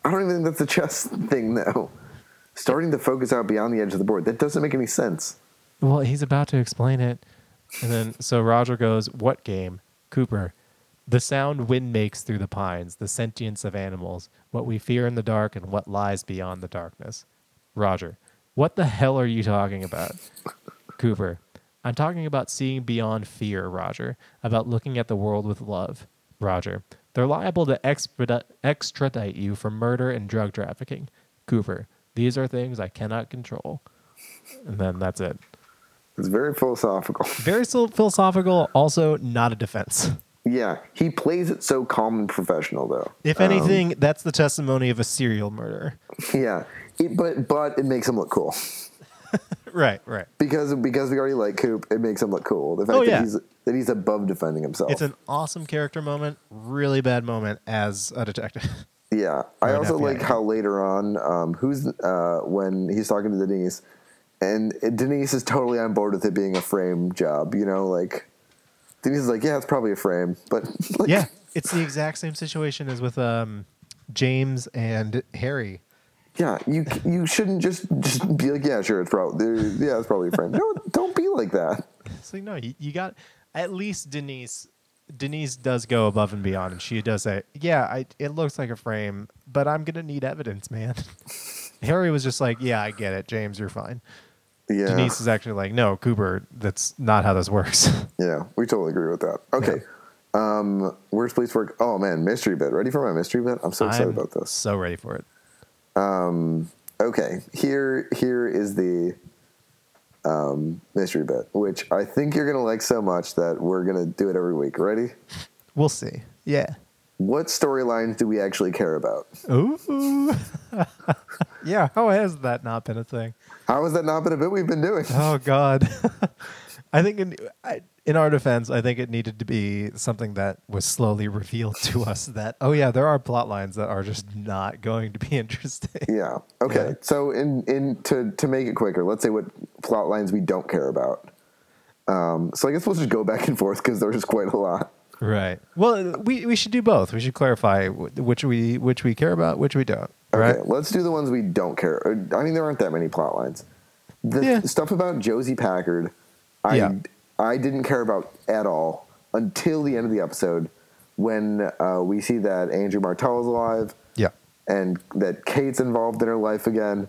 Speaker 2: I don't even think that's a chess thing though. Starting to focus out beyond the edge of the board. That doesn't make any sense.
Speaker 1: Well, he's about to explain it. And then so Roger goes, What game? Cooper. The sound wind makes through the pines, the sentience of animals, what we fear in the dark and what lies beyond the darkness. Roger. What the hell are you talking about? Cooper. I'm talking about seeing beyond fear, Roger, about looking at the world with love, Roger. They're liable to extradi- extradite you for murder and drug trafficking, Cooper. These are things I cannot control. And then that's it
Speaker 2: It's very philosophical.
Speaker 1: very phil- philosophical also not a defense
Speaker 2: yeah, he plays it so calm and professional though.
Speaker 1: if anything that's the testimony of a serial murderer
Speaker 2: Yeah, it, but but it makes him look cool
Speaker 1: right right
Speaker 2: because because we already like Coop. It makes him look cool. The fact
Speaker 1: Oh,
Speaker 2: that
Speaker 1: yeah.
Speaker 2: he's that he's above defending himself.
Speaker 1: it's an awesome character moment really bad moment as a detective
Speaker 2: yeah, I
Speaker 1: an
Speaker 2: also
Speaker 1: FBI
Speaker 2: like how later on, um, who's uh, when he's talking to Denise, and Denise is totally on board with it being a frame job. You know, like Denise is like, yeah, it's probably a frame, but like,
Speaker 1: yeah it's the exact same situation as with um, james and harry
Speaker 2: yeah, you you shouldn't just just be like, yeah, sure, it's probably yeah, it's probably a frame. no, don't be like that.
Speaker 1: so no you, you got at least denise denise does go above and beyond and she does say yeah I, it looks like a frame but i'm gonna need evidence man harry was just like yeah i get it james you're fine
Speaker 2: Yeah.
Speaker 1: Denise is actually like, no, Cooper, that's not how this works.
Speaker 2: Yeah, we totally agree with that. Okay. Um, worst police work. Oh man, mystery bit. Ready for my mystery bit? I'm so excited
Speaker 1: I'm
Speaker 2: about this.
Speaker 1: so ready for it.
Speaker 2: Okay, here here is the um, mystery bit, which I think you're gonna like so much that we're gonna do it every week. Ready?
Speaker 1: We'll see. Yeah.
Speaker 2: What storylines do we actually care about?
Speaker 1: Ooh. yeah. How has that not been a thing?
Speaker 2: How has that not been a bit we've been doing?
Speaker 1: Oh God. I think in I, in our defense, I think it needed to be something that was slowly revealed to us that oh yeah, there are plot lines that are just not going to be interesting.
Speaker 2: Yeah. Okay.
Speaker 1: Yeah.
Speaker 2: So in in to to make it quicker, let's say what plot lines we don't care about. Um, so I guess we'll just go back and forth because there's quite a lot.
Speaker 1: Right. Well, we, we should do both. We should clarify wh- which we which we care about, which we don't. Right.
Speaker 2: Okay, let's do the ones we don't care. uh, I mean, there aren't that many plot lines. The
Speaker 1: Yeah.
Speaker 2: stuff about Josie Packard, I
Speaker 1: Yeah.
Speaker 2: I didn't care about at all until the end of the episode when uh, we see that Andrew Martell is alive
Speaker 1: Yeah.
Speaker 2: and that Kate's involved in her life again.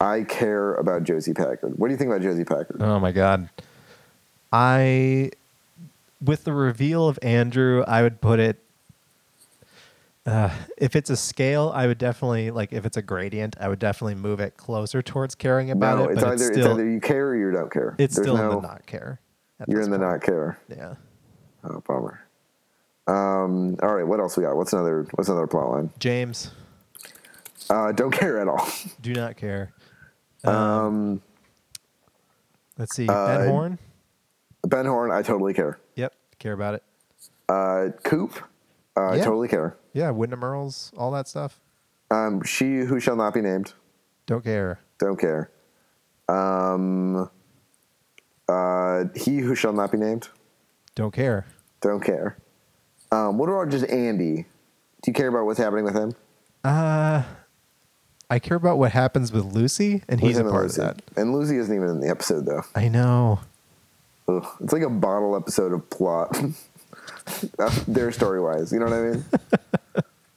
Speaker 2: I care about Josie Packard. What do you think about Josie Packard?
Speaker 1: Oh my god. I with the reveal of Andrew, I would put it uh, if it's a scale, I would definitely like if it's a gradient, I would definitely move it closer towards caring about
Speaker 2: no,
Speaker 1: it,
Speaker 2: it's
Speaker 1: but
Speaker 2: either
Speaker 1: it's
Speaker 2: it's,
Speaker 1: still it's,
Speaker 2: either you care or you don't care. There's
Speaker 1: still in
Speaker 2: no-
Speaker 1: the not care. at
Speaker 2: You're
Speaker 1: this
Speaker 2: in the
Speaker 1: point.
Speaker 2: not care.
Speaker 1: Yeah.
Speaker 2: Oh, bummer. Um, all right, what else we got? What's another What's another plot line?
Speaker 1: James,
Speaker 2: Uh, don't care at all.
Speaker 1: do not care. Um, let's see.
Speaker 2: uh,
Speaker 1: ben Horn.
Speaker 2: Ben Horn, I totally care.
Speaker 1: Yep, care about it.
Speaker 2: Uh, Coop, uh, I
Speaker 1: Yeah.
Speaker 2: totally care.
Speaker 1: Yeah, Wyndham Earls, all that stuff.
Speaker 2: Um, she who shall not be named,
Speaker 1: Don't care.
Speaker 2: don't care. Um, uh, he who shall not be named,
Speaker 1: Don't care.
Speaker 2: don't care. Um, what about just Andy? Do you care about what's happening with him?
Speaker 1: Uh, I care about what happens with Lucy, and
Speaker 2: With
Speaker 1: he's a
Speaker 2: him and
Speaker 1: part of
Speaker 2: Lucy.
Speaker 1: that.
Speaker 2: And Lucy isn't even in the episode though.
Speaker 1: I know.
Speaker 2: Ugh, it's like a bottle episode of plot. Uh, Their story wise, you know what I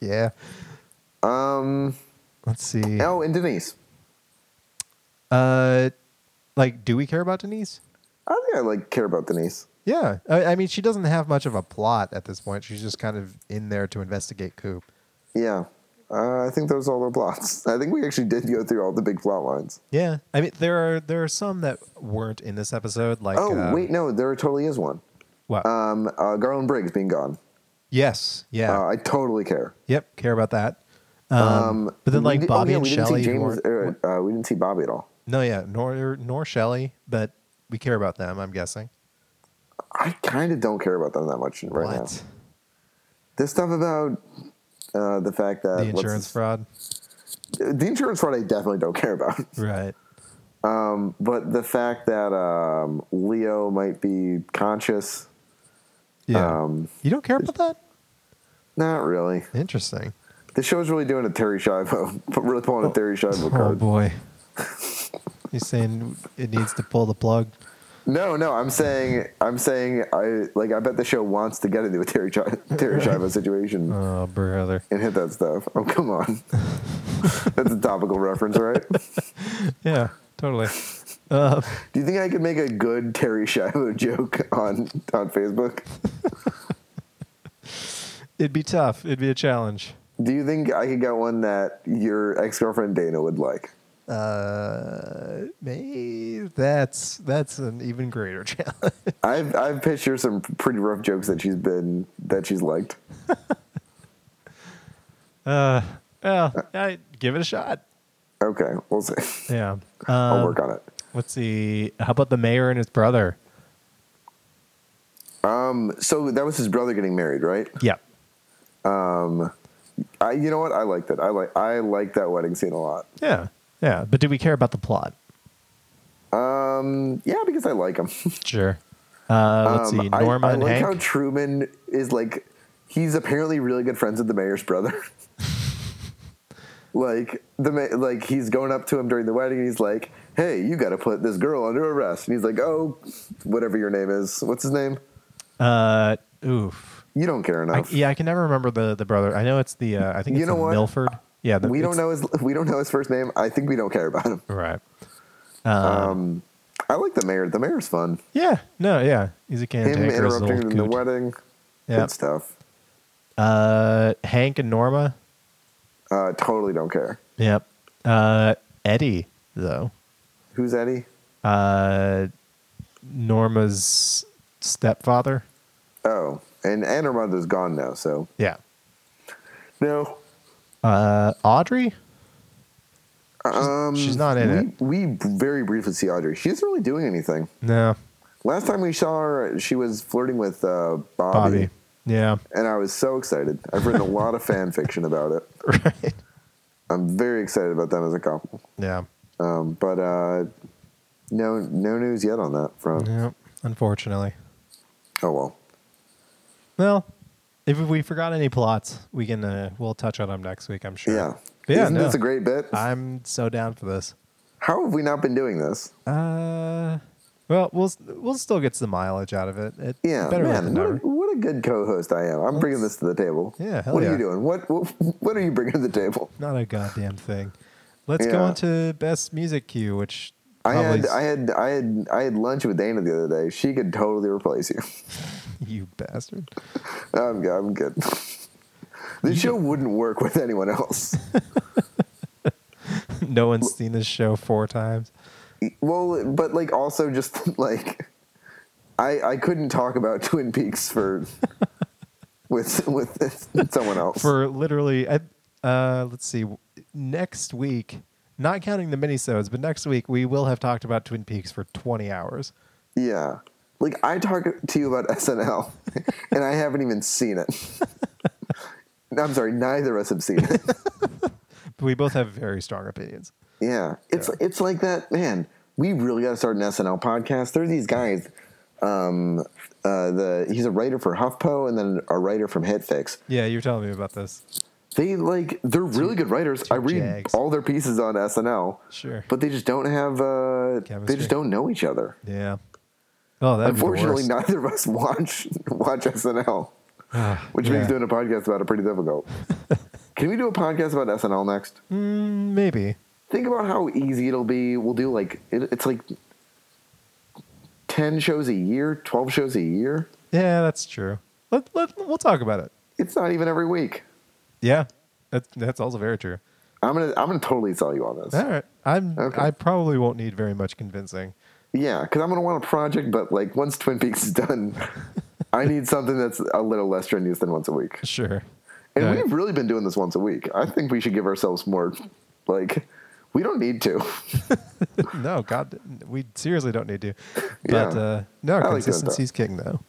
Speaker 2: mean?
Speaker 1: Yeah. Um. Let's see.
Speaker 2: Oh, and Denise.
Speaker 1: Uh, like, do we care about Denise?
Speaker 2: I think I like care about Denise.
Speaker 1: Yeah. I, I mean, she doesn't have much of a plot at this point. She's just kind of in there to investigate Coop.
Speaker 2: Yeah, uh, I think those are all the plots. I think we actually did go through all the big plot lines.
Speaker 1: Yeah. I mean, there are there are some that weren't in this episode. Like,
Speaker 2: Oh
Speaker 1: um,
Speaker 2: wait, no, there totally is one.
Speaker 1: What?
Speaker 2: Um, uh, Garland Briggs being gone.
Speaker 1: yes. Yeah.
Speaker 2: Uh, I totally care.
Speaker 1: yep. Care about that. Um, but then
Speaker 2: We
Speaker 1: like
Speaker 2: did-
Speaker 1: Bobby
Speaker 2: yeah,
Speaker 1: and
Speaker 2: we didn't see
Speaker 1: Shelly. who
Speaker 2: James-
Speaker 1: weren't-
Speaker 2: er, uh, we didn't see Bobby at all.
Speaker 1: No, yeah, nor nor Shelley, but we care about them. I'm guessing.
Speaker 2: I kind of don't care about them that much right now.
Speaker 1: What?
Speaker 2: This stuff about uh, the fact that
Speaker 1: The
Speaker 2: what's
Speaker 1: insurance
Speaker 2: his-
Speaker 1: fraud.
Speaker 2: the insurance fraud, I definitely don't care about.
Speaker 1: Right.
Speaker 2: But the fact that um, Leo might be conscious,
Speaker 1: Yeah.
Speaker 2: um,
Speaker 1: you don't care about that?
Speaker 2: not really.
Speaker 1: Interesting.
Speaker 2: The show's really doing a Terry Schiavo, really pulling a Terry Schiavo
Speaker 1: Oh
Speaker 2: card.
Speaker 1: boy. He's saying it needs to pull the plug.
Speaker 2: No, no, I'm saying, I'm saying, I like, I bet the show wants to get into a Terry, Chi- Terry Schiavo situation
Speaker 1: Oh brother.
Speaker 2: and hit that stuff. Oh, come on, that's a topical reference, right?
Speaker 1: Yeah, totally. Uh,
Speaker 2: Do you think I could make a good Terry Schiavo joke on on Facebook?
Speaker 1: it'd be tough. It'd be a challenge.
Speaker 2: Do you think I could get one that your ex girlfriend Dana would like?
Speaker 1: Uh, may that's that's an even greater challenge.
Speaker 2: I've I've pitched her some pretty rough jokes that she's been that she's liked.
Speaker 1: Uh, well, I give it a shot.
Speaker 2: Okay, we'll see.
Speaker 1: Yeah.
Speaker 2: I'll
Speaker 1: Um,
Speaker 2: work on it.
Speaker 1: Let's see. How about the mayor and his brother?
Speaker 2: So that was his brother getting married, right?
Speaker 1: Yeah.
Speaker 2: I, you know what? I liked it. I like I like that wedding scene a lot.
Speaker 1: Yeah. Yeah. But do we care about the plot?
Speaker 2: Um, yeah, because I like him.
Speaker 1: Sure. Uh, let's
Speaker 2: Um,
Speaker 1: see.
Speaker 2: I-
Speaker 1: Norma
Speaker 2: I,
Speaker 1: and
Speaker 2: like
Speaker 1: Hank.
Speaker 2: how Truman is like. He's apparently really good friends with the mayor's brother. like the ma- like he's going up to him during the wedding. and He's like, "Hey, you got to put this girl under arrest." And he's like, "Oh, whatever your name is. What's his name?
Speaker 1: uh, oof.
Speaker 2: You don't care
Speaker 1: I,
Speaker 2: enough.
Speaker 1: yeah, I can never remember the, the brother. I know it's the. Uh, I think
Speaker 2: You
Speaker 1: it's
Speaker 2: know
Speaker 1: the
Speaker 2: what?
Speaker 1: Milford. Yeah. The,
Speaker 2: we don't
Speaker 1: it's-
Speaker 2: know his we don't know his first name. I think we don't care about him.
Speaker 1: Right.
Speaker 2: Um, I like the mayor. The mayor's fun.
Speaker 1: Yeah. No. Yeah. He's a
Speaker 2: Him
Speaker 1: cantankerous
Speaker 2: interrupting
Speaker 1: old
Speaker 2: in the
Speaker 1: coot.
Speaker 2: wedding.
Speaker 1: Yeah.
Speaker 2: Good stuff.
Speaker 1: Uh, Hank and Norma.
Speaker 2: Uh, totally don't care.
Speaker 1: Yep. Uh, Eddie though.
Speaker 2: Who's Eddie?
Speaker 1: Uh, Norma's stepfather.
Speaker 2: Oh, and Anna Armando's gone now, so
Speaker 1: Yeah.
Speaker 2: no.
Speaker 1: Uh, Audrey.
Speaker 2: Um,
Speaker 1: she's not in it.
Speaker 2: we, it. We very briefly see Audrey. She isn't really doing anything.
Speaker 1: No.
Speaker 2: Last time we saw her, she was flirting with uh, Bobby,
Speaker 1: Bobby. Yeah.
Speaker 2: and I was so excited. I've written a lot of fan fiction about it.
Speaker 1: Right.
Speaker 2: I'm very excited about them as a couple.
Speaker 1: Yeah.
Speaker 2: Um, but uh, no, no news yet on that front.
Speaker 1: Yeah. Unfortunately.
Speaker 2: Oh well.
Speaker 1: Well, if we forgot any plots, we can uh, we'll touch on them next week. I'm sure.
Speaker 2: Yeah.
Speaker 1: But yeah.
Speaker 2: Isn't
Speaker 1: no,
Speaker 2: this a great bit?
Speaker 1: I'm so down for this.
Speaker 2: How have we not been doing this?
Speaker 1: Uh, well, we'll we'll still get some mileage out of it. It-
Speaker 2: Yeah,
Speaker 1: Better late
Speaker 2: man,
Speaker 1: than
Speaker 2: what a,
Speaker 1: never.
Speaker 2: what a good co-host I am. I'm bringing this to the table.
Speaker 1: Yeah, hell
Speaker 2: what are
Speaker 1: yeah.
Speaker 2: you doing? What, what what are you bringing to the table?
Speaker 1: Not a goddamn thing. Let's go
Speaker 2: Yeah.
Speaker 1: on to best music cue, which
Speaker 2: I
Speaker 1: probably
Speaker 2: had I had I had I had lunch with Dana the other day. She could totally replace you.
Speaker 1: you bastard.
Speaker 2: I'm good. I'm good. This show wouldn't work with anyone else.
Speaker 1: no one's seen this show four times.
Speaker 2: well, but like also just like I, I couldn't talk about Twin Peaks for with with someone else.
Speaker 1: for literally I- uh let's see w- next week not counting the minisodes but next week we will have talked about twin peaks for 20 hours
Speaker 2: yeah. Like I talk to you about SNL and I haven't even seen it. No, I'm sorry, neither of us have seen it.
Speaker 1: but we both have very strong opinions
Speaker 2: Yeah. It's it's like that, man. We really got to start an SNL podcast. There are these guys um uh the he's a writer for HuffPo and then a writer from HitFix.
Speaker 1: yeah you're telling me about this
Speaker 2: They like they're really good writers. I read
Speaker 1: jags.
Speaker 2: all their pieces on SNL.
Speaker 1: Sure.
Speaker 2: But they just don't have uh they
Speaker 1: Chemistry.
Speaker 2: just don't know each other.
Speaker 1: yeah oh that's
Speaker 2: Unfortunately, neither of us watch watch SNL, which
Speaker 1: Ah, yeah.
Speaker 2: makes doing a podcast about it pretty difficult. Can we do a podcast about SNL next?
Speaker 1: Mm, maybe
Speaker 2: Think about how easy it'll be. We'll do like it, it's like ten shows a year, twelve shows a year.
Speaker 1: yeah that's true let, let we'll talk about it
Speaker 2: It's not even every week.
Speaker 1: yeah that's that's also very true
Speaker 2: I'm gonna I'm gonna totally sell you on this.
Speaker 1: all right i'm
Speaker 2: Okay.
Speaker 1: i probably won't need very much convincing
Speaker 2: Yeah, because I'm gonna want a project, but like once Twin Peaks is done, I need something that's a little less strenuous than once a week.
Speaker 1: sure
Speaker 2: And
Speaker 1: Yeah.
Speaker 2: we've really been doing this once a week. I think we should give ourselves more. Like, we don't need to.
Speaker 1: no god we seriously don't need to
Speaker 2: Yeah.
Speaker 1: but uh no
Speaker 2: I like doing that.
Speaker 1: consistency's king though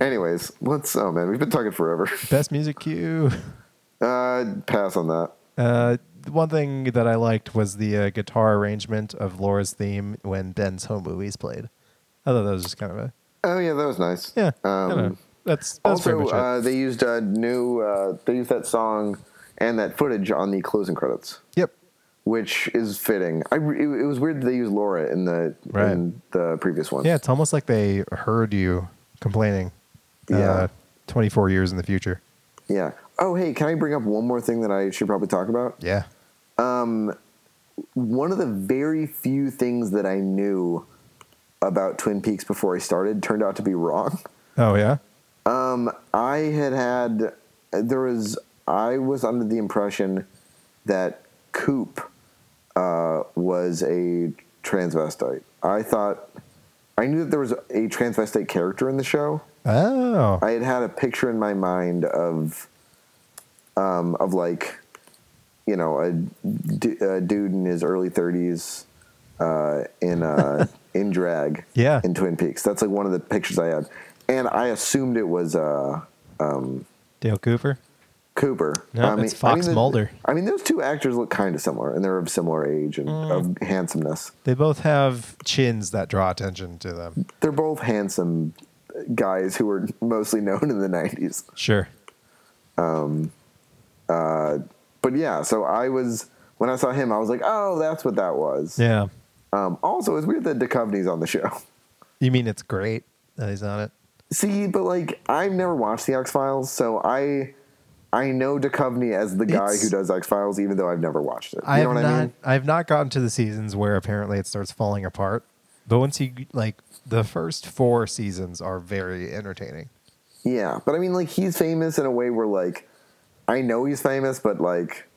Speaker 2: Anyways, let's. Oh man, we've been talking forever.
Speaker 1: Best music cue.
Speaker 2: Uh, pass on that.
Speaker 1: Uh, the one thing that I liked was the uh, guitar arrangement of Laura's theme when Ben's home movies played. I thought that was just kind of a
Speaker 2: Oh yeah, that was nice.
Speaker 1: yeah. I don't know.
Speaker 2: Um,
Speaker 1: That's, that's pretty
Speaker 2: also,
Speaker 1: much it.
Speaker 2: uh, they used a new. Uh, they used that song and that footage on the closing credits,
Speaker 1: yep.
Speaker 2: which is fitting. I. re- It, it was weird that they used Laura in the
Speaker 1: Right.
Speaker 2: in the previous one.
Speaker 1: Yeah, it's almost like they heard you complaining. Uh,
Speaker 2: Yeah.
Speaker 1: 24 years in the future.
Speaker 2: Yeah. Oh hey, can I bring up one more thing that I should probably talk about?
Speaker 1: Yeah.
Speaker 2: one of the very few things that I knew about Twin Peaks before I started turned out to be wrong.
Speaker 1: Oh yeah.
Speaker 2: Um, I had had there was I was under the impression that Coop uh, was a transvestite. I thought I knew that there was a transvestite character in the show.
Speaker 1: Oh.
Speaker 2: I had had a picture in my mind of, um, of like, you know, a, d- a dude in his early thirties, uh, in uh, in drag,
Speaker 1: Yeah.
Speaker 2: in Twin Peaks. That's like one of the pictures I had, and I assumed it was uh,
Speaker 1: Dale Cooper.
Speaker 2: Cooper.
Speaker 1: No,
Speaker 2: I
Speaker 1: it's Fox
Speaker 2: the-
Speaker 1: Mulder.
Speaker 2: I mean, those two actors look kind of similar, and they're of similar age and
Speaker 1: Mm.
Speaker 2: of handsomeness.
Speaker 1: They both have chins that draw attention to them.
Speaker 2: They're both handsome guys who were mostly known in the nineties.
Speaker 1: Sure.
Speaker 2: but yeah, so I was when I saw him, I was like, oh, that's what that was.
Speaker 1: Yeah.
Speaker 2: Um, also, it's weird that Duchovny's on the show.
Speaker 1: You mean it's great that he's on it?
Speaker 2: See, but like I've never watched the X Files, so I I know Duchovny as the guy
Speaker 1: It's-
Speaker 2: who does X Files, even though I've never watched it. You
Speaker 1: I
Speaker 2: know
Speaker 1: have
Speaker 2: what
Speaker 1: not.
Speaker 2: I mean?
Speaker 1: I have not gotten to the seasons where apparently it starts falling apart. But once you like the first four seasons are very entertaining.
Speaker 2: Yeah, but I mean, like he's famous in a way where like I know he's famous, but like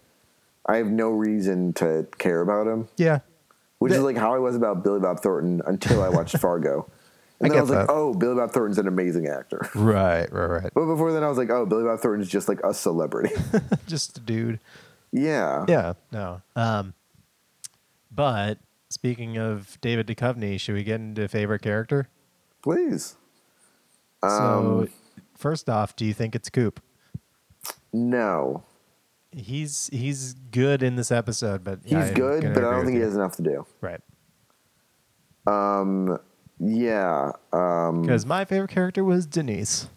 Speaker 2: I have no reason to care about him.
Speaker 1: Yeah,
Speaker 2: which is
Speaker 1: That-
Speaker 2: like how I was about Billy Bob Thornton until I watched Fargo. And
Speaker 1: I
Speaker 2: then I was
Speaker 1: get
Speaker 2: like,
Speaker 1: that.
Speaker 2: oh, Billy Bob Thornton's an amazing actor.
Speaker 1: right, right, right.
Speaker 2: But before then, I was like, oh, Billy Bob Thornton's just like a celebrity.
Speaker 1: Just a dude.
Speaker 2: yeah.
Speaker 1: Yeah, no. Um, but speaking of David Duchovny, should we get into favorite character?
Speaker 2: Please. Um,
Speaker 1: so, first off, do you think it's Coop?
Speaker 2: No.
Speaker 1: He's he's good in this episode, but
Speaker 2: He's good, but I don't think he has enough to do.
Speaker 1: Right,
Speaker 2: Yeah. Um,
Speaker 1: because my favorite character was Denise.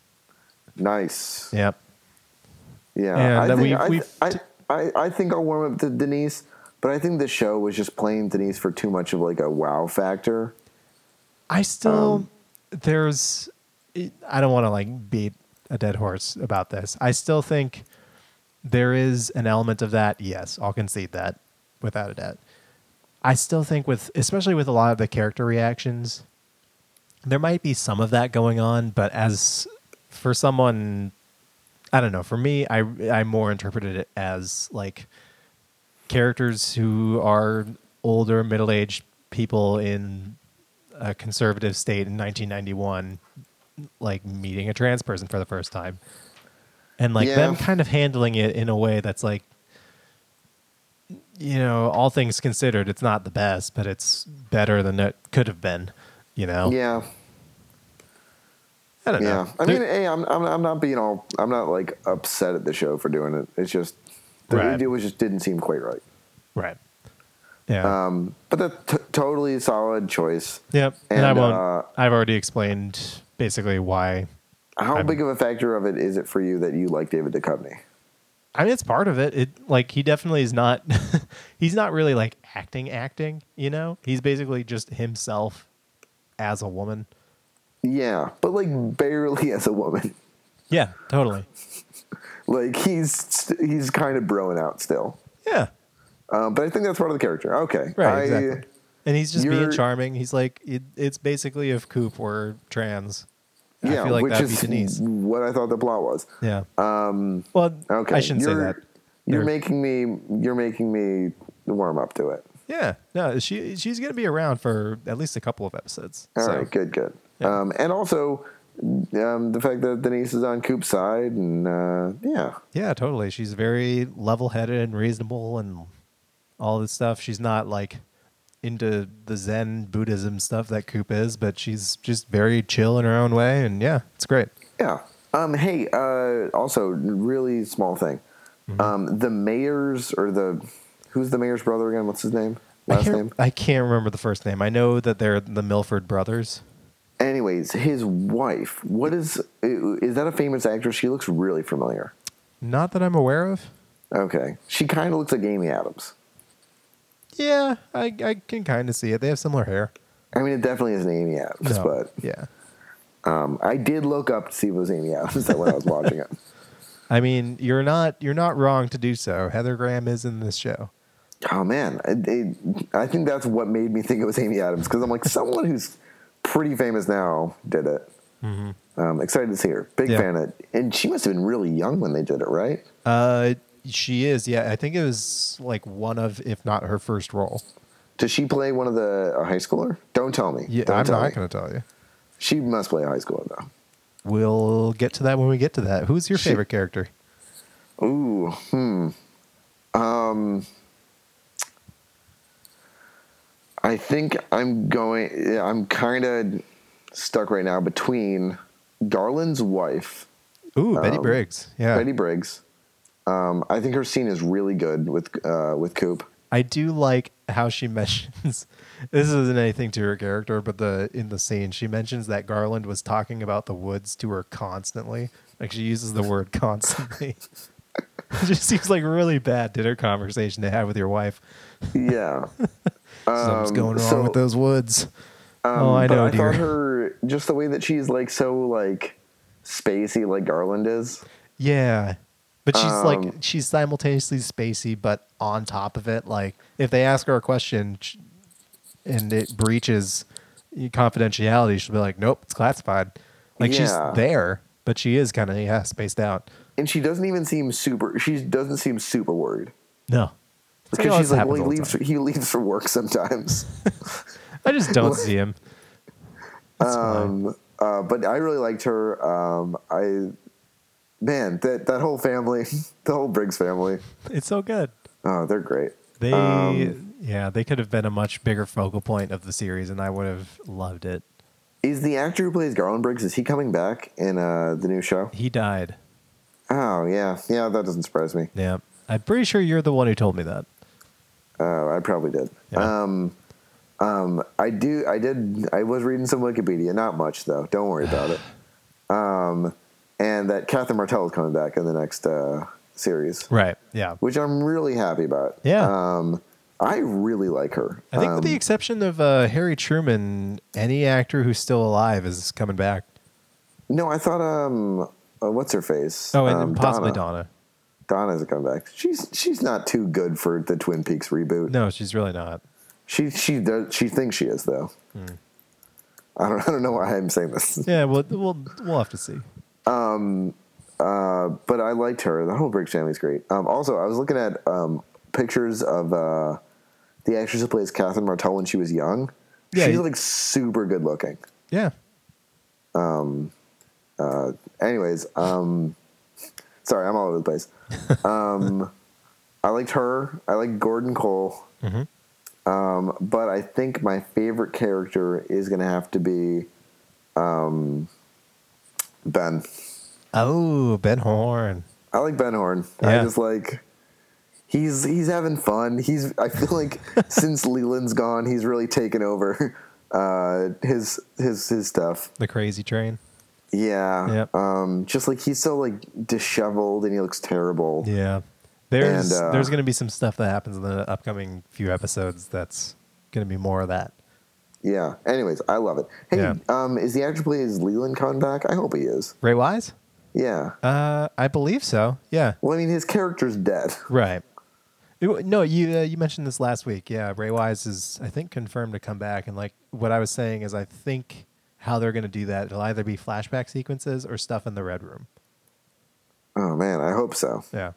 Speaker 2: nice.
Speaker 1: Yep.
Speaker 2: Yeah.
Speaker 1: And
Speaker 2: I,
Speaker 1: that
Speaker 2: think,
Speaker 1: we've-
Speaker 2: I,
Speaker 1: we've-
Speaker 2: I, I, I think I'll warm up to Denise, but I think the show was just playing Denise for too much of like a wow factor.
Speaker 1: I still
Speaker 2: Um,
Speaker 1: there's it- I don't want to like beat a dead horse about this. I still think there is an element of that. Yes, I'll concede that without a doubt. I still think with especially with a lot of the character reactions there might be some of that going on, but as for someone I don't know, for me I I more interpreted it as like characters who are older middle-aged people in a conservative state in 1991 like meeting a trans person for the first time, and like
Speaker 2: Yeah.
Speaker 1: them kind of handling it in a way that's like, you know, all things considered, it's not the best, but it's better than it could have been. You know,
Speaker 2: Yeah.
Speaker 1: Oh. I don't know.
Speaker 2: Yeah, I
Speaker 1: There-
Speaker 2: mean, hey, I'm, I'm I'm not being all I'm not like upset at the show for doing it. It's just the
Speaker 1: Right.
Speaker 2: it was just didn't seem quite right.
Speaker 1: right? Yeah.
Speaker 2: Um, but that t- totally solid choice.
Speaker 1: yep. And, I
Speaker 2: and,
Speaker 1: won't.
Speaker 2: uh,
Speaker 1: I've already explained basically why
Speaker 2: How
Speaker 1: I'm-
Speaker 2: big of a factor of it is it for you that you like David Duchovny?
Speaker 1: I mean, it's part of it. It like he definitely is not. he's not really like acting, acting. You know, he's basically just himself as a woman.
Speaker 2: Yeah, but like barely as a woman.
Speaker 1: Yeah, totally.
Speaker 2: Like he's st- he's kind of broing out still.
Speaker 1: Yeah,
Speaker 2: Um, but I think that's part of the character. Okay,
Speaker 1: right.
Speaker 2: I,
Speaker 1: exactly. And he's just being
Speaker 2: you're-
Speaker 1: charming. He's like, it, it's basically if Coop were trans.
Speaker 2: Yeah,
Speaker 1: I feel like
Speaker 2: which
Speaker 1: that'd be
Speaker 2: is
Speaker 1: Denise.
Speaker 2: what I thought the plot was.
Speaker 1: Yeah. Um. Well,
Speaker 2: Okay,
Speaker 1: I shouldn't say
Speaker 2: you're-
Speaker 1: that.
Speaker 2: You're
Speaker 1: They're-
Speaker 2: making me you're making me warm up to it.
Speaker 1: Yeah. No, she she's gonna be around for at least a couple of episodes.
Speaker 2: All
Speaker 1: so
Speaker 2: right, good, good.
Speaker 1: Yeah.
Speaker 2: Um, and also um, the fact that Denise is on Coop's side, and uh, yeah,
Speaker 1: Yeah, totally. She's very level headed and reasonable and all this stuff. She's not like into the Zen Buddhism stuff that Coop is, but she's just very chill in her own way. And yeah, it's great.
Speaker 2: yeah. Um, hey, uh, also really small thing.
Speaker 1: Mm-hmm.
Speaker 2: Um, the mayor's or the who's the mayor's brother again? What's his name?
Speaker 1: I,
Speaker 2: Last
Speaker 1: can't,
Speaker 2: name.
Speaker 1: I can't remember the first name. I know that they're the Milford brothers.
Speaker 2: Anyways, his wife. What is is that a famous actress? She looks really familiar.
Speaker 1: Not that I'm aware of.
Speaker 2: Okay, she kind of looks like Amy Adams.
Speaker 1: Yeah, I, I can kind of see it. They have similar hair.
Speaker 2: I mean, it definitely isn't Amy Adams,
Speaker 1: No,
Speaker 2: but
Speaker 1: yeah.
Speaker 2: um, I did look up to see if it was Amy Adams when I was watching it.
Speaker 1: I mean, you're not you're not wrong to do so. Heather Graham is in this show.
Speaker 2: Oh man, I, it- I think that's what made me think it was Amy Adams because I'm like someone who's pretty famous now did it. Um, excited to see her. Big
Speaker 1: Mm-hmm. Yeah.
Speaker 2: fan of it, and she must have been really young when they did it, right?
Speaker 1: Uh, she is. Yeah, I think it was like one of, if not her first role.
Speaker 2: Does she play one of the a high schooler? Don't tell me.
Speaker 1: Yeah,
Speaker 2: Don't
Speaker 1: I'm
Speaker 2: tell
Speaker 1: not
Speaker 2: me.
Speaker 1: going to tell you.
Speaker 2: She must play a high schooler though.
Speaker 1: We'll get to that when we get to that. Who's your
Speaker 2: She-
Speaker 1: favorite character?
Speaker 2: Ooh, hmm. Um, I think I'm going. yeah, I'm kind of stuck right now between Garland's wife.
Speaker 1: Ooh, Betty
Speaker 2: Um,
Speaker 1: Briggs. Yeah,
Speaker 2: Betty Briggs. Um, I think her scene is really good with uh, with Coop.
Speaker 1: I do like how she mentions. this isn't anything to her character, but the in the scene she mentions that Garland was talking about the woods to her constantly. Like she uses the word constantly. it just seems like really bad dinner conversation to have with your wife.
Speaker 2: Yeah.
Speaker 1: Something's
Speaker 2: Um,
Speaker 1: going wrong
Speaker 2: so- Um,
Speaker 1: with those woods. oh, I
Speaker 2: But
Speaker 1: know,
Speaker 2: I
Speaker 1: dear.
Speaker 2: thought her just the way that she's like so like spacey, like Garland is.
Speaker 1: Yeah. But she's like
Speaker 2: Um,
Speaker 1: she's simultaneously spacey, but on top of it, like if they ask her a question sh- and it breaches confidentiality, she'll be like, "Nope, it's classified." Like
Speaker 2: Yeah.
Speaker 1: she's there, but she is kind of yeah spaced out.
Speaker 2: And she doesn't even seem super. She doesn't seem super worried
Speaker 1: No, You know,
Speaker 2: because she's
Speaker 1: this
Speaker 2: like, well,
Speaker 1: happens
Speaker 2: he
Speaker 1: all the
Speaker 2: leaves.
Speaker 1: time.
Speaker 2: He leaves for work sometimes.
Speaker 1: I just don't see him. It's fine.
Speaker 2: um, uh, but I really liked her. Um, I man, that that whole family, the whole Briggs family.
Speaker 1: It's so good.
Speaker 2: Oh, they're great.
Speaker 1: They
Speaker 2: um,
Speaker 1: yeah, they could have been a much bigger focal point of the series, and I would have loved it.
Speaker 2: Is the actor who plays Garland Briggs is he coming back in uh, the new show?
Speaker 1: He died.
Speaker 2: Oh yeah, yeah, that doesn't surprise me.
Speaker 1: Yeah, I'm pretty sure you're the one who told me that.
Speaker 2: Uh, I probably did.
Speaker 1: Yeah.
Speaker 2: Um, um, I do. I did. I was reading some Wikipedia. Not much though. Don't worry about it. Um, and that Catherine Martell is coming back in the next uh, series,
Speaker 1: Right. Yeah.
Speaker 2: which I'm really happy about.
Speaker 1: Yeah.
Speaker 2: Um, I really like her.
Speaker 1: I think
Speaker 2: um,
Speaker 1: with the exception of uh, Harry Truman, any actor who's still alive is coming back.
Speaker 2: no. I thought um, uh, what's her face?
Speaker 1: Oh, and
Speaker 2: um,
Speaker 1: and possibly Donna.
Speaker 2: Donna. Donna's coming back. She's she's not too good for the Twin Peaks reboot.
Speaker 1: No, she's really not.
Speaker 2: She she does she thinks she is though.
Speaker 1: Hmm.
Speaker 2: I don't I don't know why I'm saying this,
Speaker 1: Yeah, we'll we'll, we'll have to see.
Speaker 2: uh, but I liked her. The whole Briggs family's great. Um, also, I was looking at um, pictures of uh, the actress who plays Catherine Martell when she was young.
Speaker 1: Yeah,
Speaker 2: she's
Speaker 1: you-
Speaker 2: like super good looking.
Speaker 1: Yeah,
Speaker 2: Uh, anyways, um, sorry, I'm all over the place. Um, I liked her. I like Gordon Cole. Um, but I think my favorite character is going to have to be um, Ben.
Speaker 1: Oh, Ben Horn.
Speaker 2: I like Ben Horn.
Speaker 1: Yeah.
Speaker 2: I just like he's he's having fun. He's I feel like since Leland's gone, he's really taken over uh, his his his stuff.
Speaker 1: The crazy train.
Speaker 2: Yeah.
Speaker 1: Yep.
Speaker 2: Um, just like he's so like disheveled and he looks terrible.
Speaker 1: Yeah. There's
Speaker 2: And, uh,
Speaker 1: there's gonna be some stuff that happens in the upcoming few episodes that's gonna be more of that.
Speaker 2: Yeah. Anyways, I love it. Hey,
Speaker 1: Yeah.
Speaker 2: um, is the actor who plays Leland coming back? I hope he is.
Speaker 1: Ray Wise?
Speaker 2: Yeah.
Speaker 1: Uh, I believe so. Yeah.
Speaker 2: Well, I mean, his character's dead.
Speaker 1: Right. It wa- No, you uh, you mentioned this last week. Yeah, Ray Wise is I think confirmed to come back, and like what I was saying is I think how they're going to do that it'll either be flashback sequences or stuff in the red room.
Speaker 2: Oh man, I hope so.
Speaker 1: Yeah.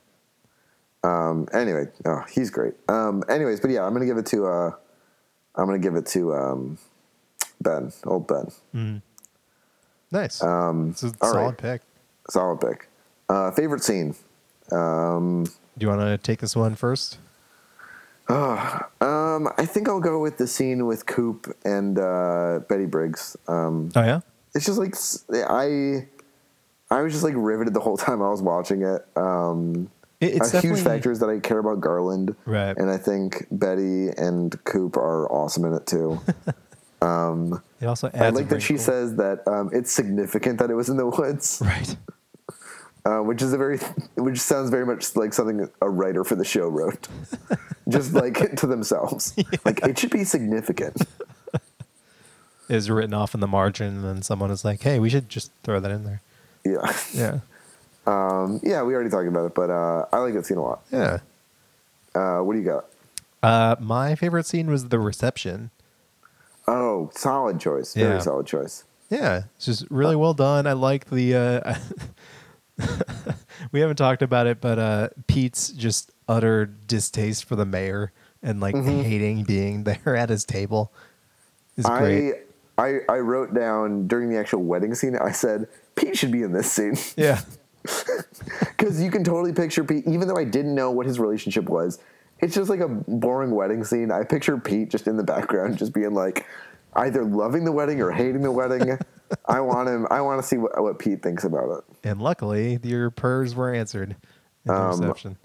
Speaker 2: Um, anyway, oh, he's great. Um, anyways, but yeah, I'm gonna give it to uh, I'm gonna give it to um, Ben, old Ben,
Speaker 1: Nice. Um, it's a
Speaker 2: all
Speaker 1: solid
Speaker 2: right.
Speaker 1: pick.
Speaker 2: solid pick. Uh, favorite scene.
Speaker 1: Do you want to take this one first?
Speaker 2: Um, I think I'll go with the scene with Coop and uh, Betty Briggs. Um,
Speaker 1: Oh yeah.
Speaker 2: it's just like s- I, I was just like riveted the whole time I was watching it. Um,
Speaker 1: It, it's
Speaker 2: a huge
Speaker 1: definitely-
Speaker 2: factor is that I care about Garland,
Speaker 1: Right.
Speaker 2: And I think Betty and Coop are awesome in it too.
Speaker 1: It also adds.
Speaker 2: I
Speaker 1: a
Speaker 2: like that she
Speaker 1: wrinkle.
Speaker 2: says that um, it's significant that it was in the woods,
Speaker 1: Right.
Speaker 2: uh, which is a very, which sounds very much like something a writer for the show wrote, just like to themselves. Like it should be significant.
Speaker 1: Is written off in the margin, and then someone is like, "Hey, we should just throw that in there."
Speaker 2: Yeah,
Speaker 1: Yeah.
Speaker 2: um, yeah. We already talked about it, but uh, I like that scene a lot.
Speaker 1: Yeah.
Speaker 2: Uh, what do you got?
Speaker 1: Uh, my favorite scene was the reception.
Speaker 2: Oh, solid choice. Very
Speaker 1: Yeah.
Speaker 2: solid choice.
Speaker 1: Yeah, it's just really well done. I like the. Uh, we haven't talked about it, but uh, Pete's just utter distaste for the mayor and like hating being there at his table is
Speaker 2: I,
Speaker 1: great.
Speaker 2: I I wrote down during the actual wedding scene. I said Pete should be in this scene.
Speaker 1: Yeah,
Speaker 2: Because you can totally picture Pete, even though I didn't know what his relationship was. It's just like a boring wedding scene. I picture Pete just in the background, just being like, either loving the wedding or hating the wedding. I want him. I want to see what, what Pete thinks about it.
Speaker 1: and luckily your prayers were answered in the reception.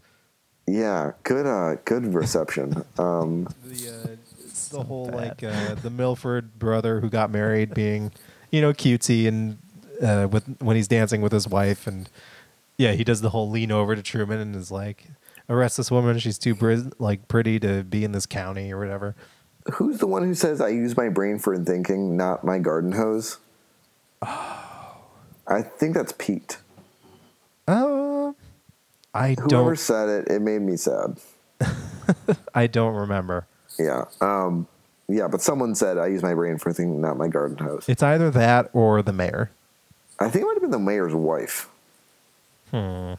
Speaker 2: Yeah, good. Uh, good reception. Um,
Speaker 1: The uh, the whole like uh, the Milford brother who got married being, you know, cutesy and uh, with when he's dancing with his wife and yeah, he does the whole lean over to Truman and is like, arrest this woman. She's too bris- like pretty to be in this county or whatever.
Speaker 2: who's the one who says I use my brain for thinking, not my garden hose? I think that's Pete.
Speaker 1: Uh, I
Speaker 2: Whoever
Speaker 1: don't.
Speaker 2: said it, it made me sad.
Speaker 1: I don't remember.
Speaker 2: Yeah. Um, yeah, but someone said I use my brain for thinking, not my garden hose.
Speaker 1: It's either that or the mayor.
Speaker 2: I think it might have been the mayor's wife. Hmm.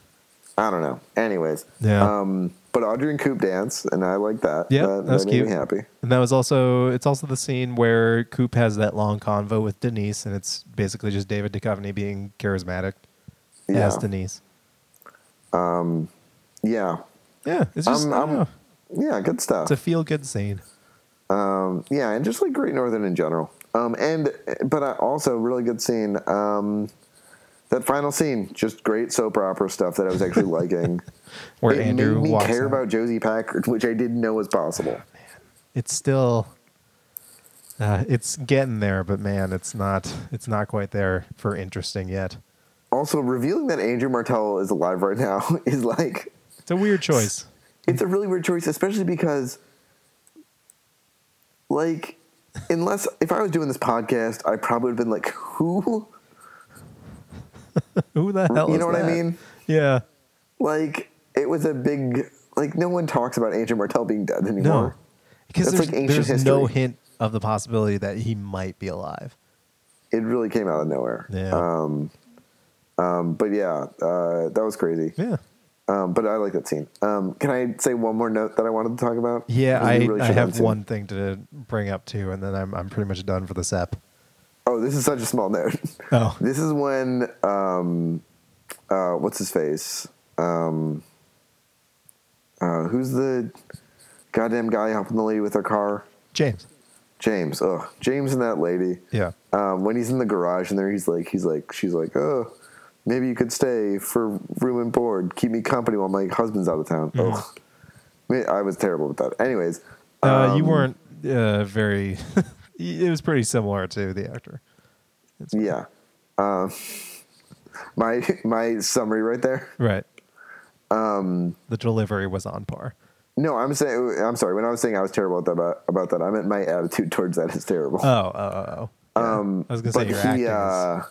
Speaker 2: I don't know. Anyways.
Speaker 1: Yeah.
Speaker 2: Um, but Audrey and Coop dance, and I like that.
Speaker 1: Yeah,
Speaker 2: that,
Speaker 1: that's
Speaker 2: that made
Speaker 1: cute.
Speaker 2: me happy.
Speaker 1: And that was also it's also the scene where Coop has that long convo with Denise, and it's basically just David Duchovny being charismatic
Speaker 2: Yeah.
Speaker 1: as Denise.
Speaker 2: Yeah.
Speaker 1: Yeah, it's just
Speaker 2: Um,
Speaker 1: I don't
Speaker 2: um,
Speaker 1: know.
Speaker 2: Yeah, good stuff.
Speaker 1: it's a feel good scene.
Speaker 2: yeah, and just like Great Northern in general. Um, and but I also really good scene. Um, that final scene, just great soap opera stuff that I was actually liking.
Speaker 1: Where
Speaker 2: it
Speaker 1: Andrew
Speaker 2: made me
Speaker 1: walks
Speaker 2: care
Speaker 1: out.
Speaker 2: about Josie Packard, which I didn't know was possible.
Speaker 1: It's still, uh, it's getting there, but man, it's not. It's not quite there for interesting yet.
Speaker 2: Also, revealing that Andrew Martell is alive right now is like
Speaker 1: It's a weird choice.
Speaker 2: it's a really weird choice, especially because, like, unless if I was doing this podcast, I probably would have been like, who?
Speaker 1: Who the hell?
Speaker 2: you
Speaker 1: is
Speaker 2: know what I
Speaker 1: that?
Speaker 2: mean?
Speaker 1: Yeah.
Speaker 2: Like, it was a big like. No one talks about Andrew Martell being dead
Speaker 1: No.
Speaker 2: anymore.
Speaker 1: Because
Speaker 2: That's
Speaker 1: there's,
Speaker 2: like ancient
Speaker 1: there's no
Speaker 2: history.
Speaker 1: hint of the possibility that he might be alive.
Speaker 2: It really came out of nowhere.
Speaker 1: Yeah.
Speaker 2: Um, um, but yeah, uh, that was crazy.
Speaker 1: Yeah.
Speaker 2: Um, but I like that scene. Um, can I say one more note that I wanted to talk about?
Speaker 1: Yeah,
Speaker 2: Because
Speaker 1: I,
Speaker 2: we really
Speaker 1: I
Speaker 2: should
Speaker 1: have
Speaker 2: soon.
Speaker 1: one thing to bring up too, and then I'm I'm pretty much done for this app.
Speaker 2: Oh, this is such a small note.
Speaker 1: Oh.
Speaker 2: This is when um, uh, what's his face? Um, uh, who's the goddamn guy helping the lady with her car?
Speaker 1: James.
Speaker 2: James. Ugh, James and that lady.
Speaker 1: Yeah.
Speaker 2: Um, when he's in the garage and there, he's like, he's like, she's like, oh, maybe you could stay for room and board, keep me company while my husband's out of town. Ugh. I, mean, I was terrible with that. Anyways,
Speaker 1: Uh, you
Speaker 2: um,
Speaker 1: weren't uh, very. it was pretty similar to the actor.
Speaker 2: Yeah. Um, my my summary right there.
Speaker 1: Right. Um, the delivery was on par.
Speaker 2: No, I'm saying I'm sorry. When I was saying I was terrible at that, about, about that, I meant my attitude towards that is terrible.
Speaker 1: Oh, oh, oh. Um, I was gonna say your acting.
Speaker 2: he uh,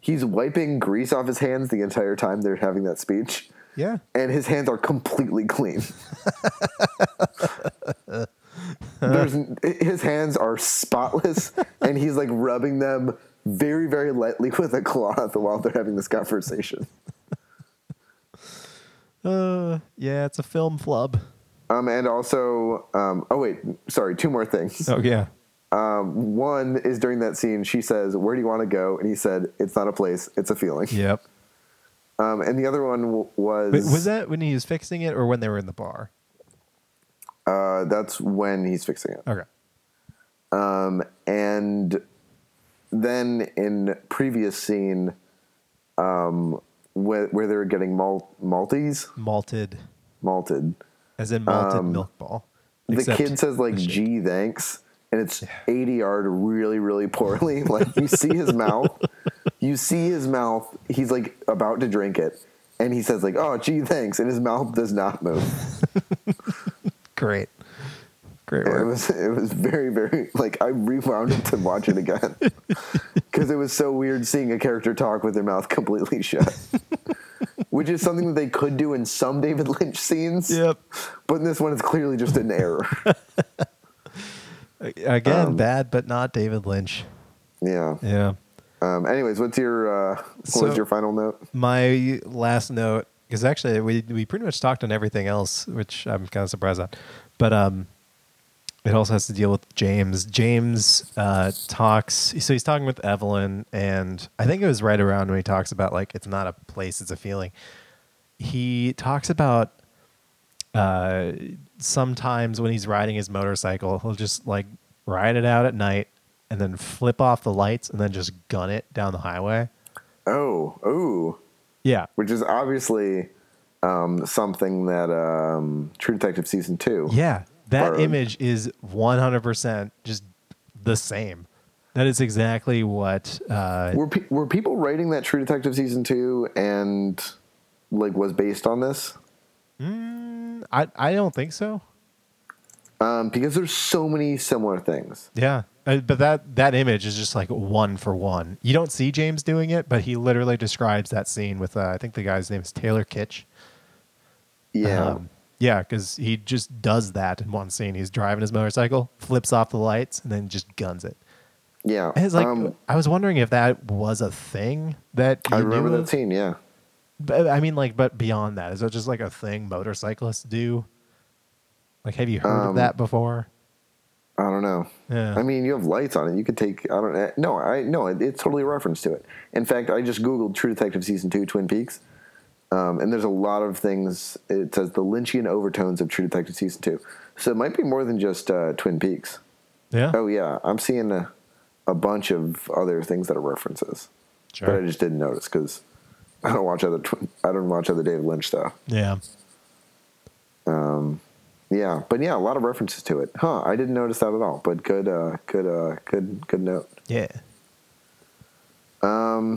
Speaker 2: he's wiping grease off his hands the entire time they're having that speech,
Speaker 1: is, yeah,
Speaker 2: and his hands are completely clean. There's, his hands are spotless, and he's like rubbing them very, very lightly with a cloth while they're having this conversation.
Speaker 1: uh, yeah. It's a film flub.
Speaker 2: Um, and also, um, oh wait, sorry, two more things.
Speaker 1: Oh yeah.
Speaker 2: Um, one is during that scene, she says, "Where do you want to go?" And he said, "It's not a place, it's a feeling."
Speaker 1: Yep.
Speaker 2: Um, and the other one w- was
Speaker 1: Wait, was that when he was fixing it, or when they were in the bar?
Speaker 2: uh, that's when he's fixing it.
Speaker 1: Okay.
Speaker 2: Um, and then in previous scene, um, where, where they were getting mal- malties
Speaker 1: Malted,
Speaker 2: malted,
Speaker 1: as in malted milk ball.
Speaker 2: Um, the
Speaker 1: Except-
Speaker 2: kid says like "Gee, thanks," and it's ADR'd really, really poorly. like you see his mouth, you see his mouth. He's like about to drink it, and he says like "Oh, gee, thanks," and his mouth does not move.
Speaker 1: great, great
Speaker 2: it
Speaker 1: work.
Speaker 2: was it was very, very like I rewound it to watch it again because it was so weird seeing a character talk with their mouth completely shut. Which is something that they could do in some David Lynch scenes,
Speaker 1: Yep.
Speaker 2: but in this one, it's clearly just an error.
Speaker 1: Again,
Speaker 2: um,
Speaker 1: bad, but not David Lynch.
Speaker 2: yeah.
Speaker 1: Yeah.
Speaker 2: Um, anyways, what's your uh, what
Speaker 1: So-
Speaker 2: was your final note?
Speaker 1: my last note because actually we we pretty much talked on everything else, which I'm kind of surprised at, but um, it also has to deal with James. James uh, talks, so he's talking with Evelyn, and I think it was right around when he talks about like it's not a place, it's a feeling. He talks about uh, sometimes when he's riding his motorcycle, he'll just like ride it out at night and then flip off the lights and then just gun it down the highway.
Speaker 2: Oh, ooh,
Speaker 1: Yeah,
Speaker 2: which is obviously um, something that um, True Detective season two.
Speaker 1: Yeah, that
Speaker 2: Borrowed.
Speaker 1: image is 100% just the same. That is exactly what. Uh,
Speaker 2: Were pe- were people writing that True Detective season two and like was based on this?
Speaker 1: I I don't think so.
Speaker 2: Um, because there's so many similar things.
Speaker 1: Yeah, Uh, but that that image is just like one for one. You don't see James doing it, but he literally describes that scene with uh, I think the guy's name is Taylor Kitsch.
Speaker 2: Yeah,
Speaker 1: Um, yeah, because he just does that in one scene. He's driving his motorcycle, flips off the lights, and then just guns it.
Speaker 2: yeah.
Speaker 1: And it's like
Speaker 2: Um,
Speaker 1: I was wondering if that was a thing that you
Speaker 2: I remember
Speaker 1: knew
Speaker 2: that
Speaker 1: of.
Speaker 2: scene. Yeah,
Speaker 1: But, I mean, like, but beyond that, is that just like a thing motorcyclists do? Like, have you heard
Speaker 2: Um,
Speaker 1: of that before?
Speaker 2: I don't know.
Speaker 1: Yeah.
Speaker 2: I mean, you have lights on it. You could take. I don't. eh, No, I no. It, it's totally a reference to it. In fact, I just googled True Detective season two, Twin Peaks, um, and there's a lot of things. It says the Lynchian overtones of True Detective season two, so it might be more than just uh, Twin Peaks.
Speaker 1: Yeah.
Speaker 2: Oh yeah, I'm seeing a, a bunch of other things that are references,
Speaker 1: sure.
Speaker 2: but I just didn't notice because I don't watch other. Twin, I don't watch other David Lynch stuff.
Speaker 1: yeah.
Speaker 2: Yeah, but yeah, a lot of references to it. Huh? I didn't notice that at all. But good, uh, good, uh, good, good note.
Speaker 1: Yeah.
Speaker 2: All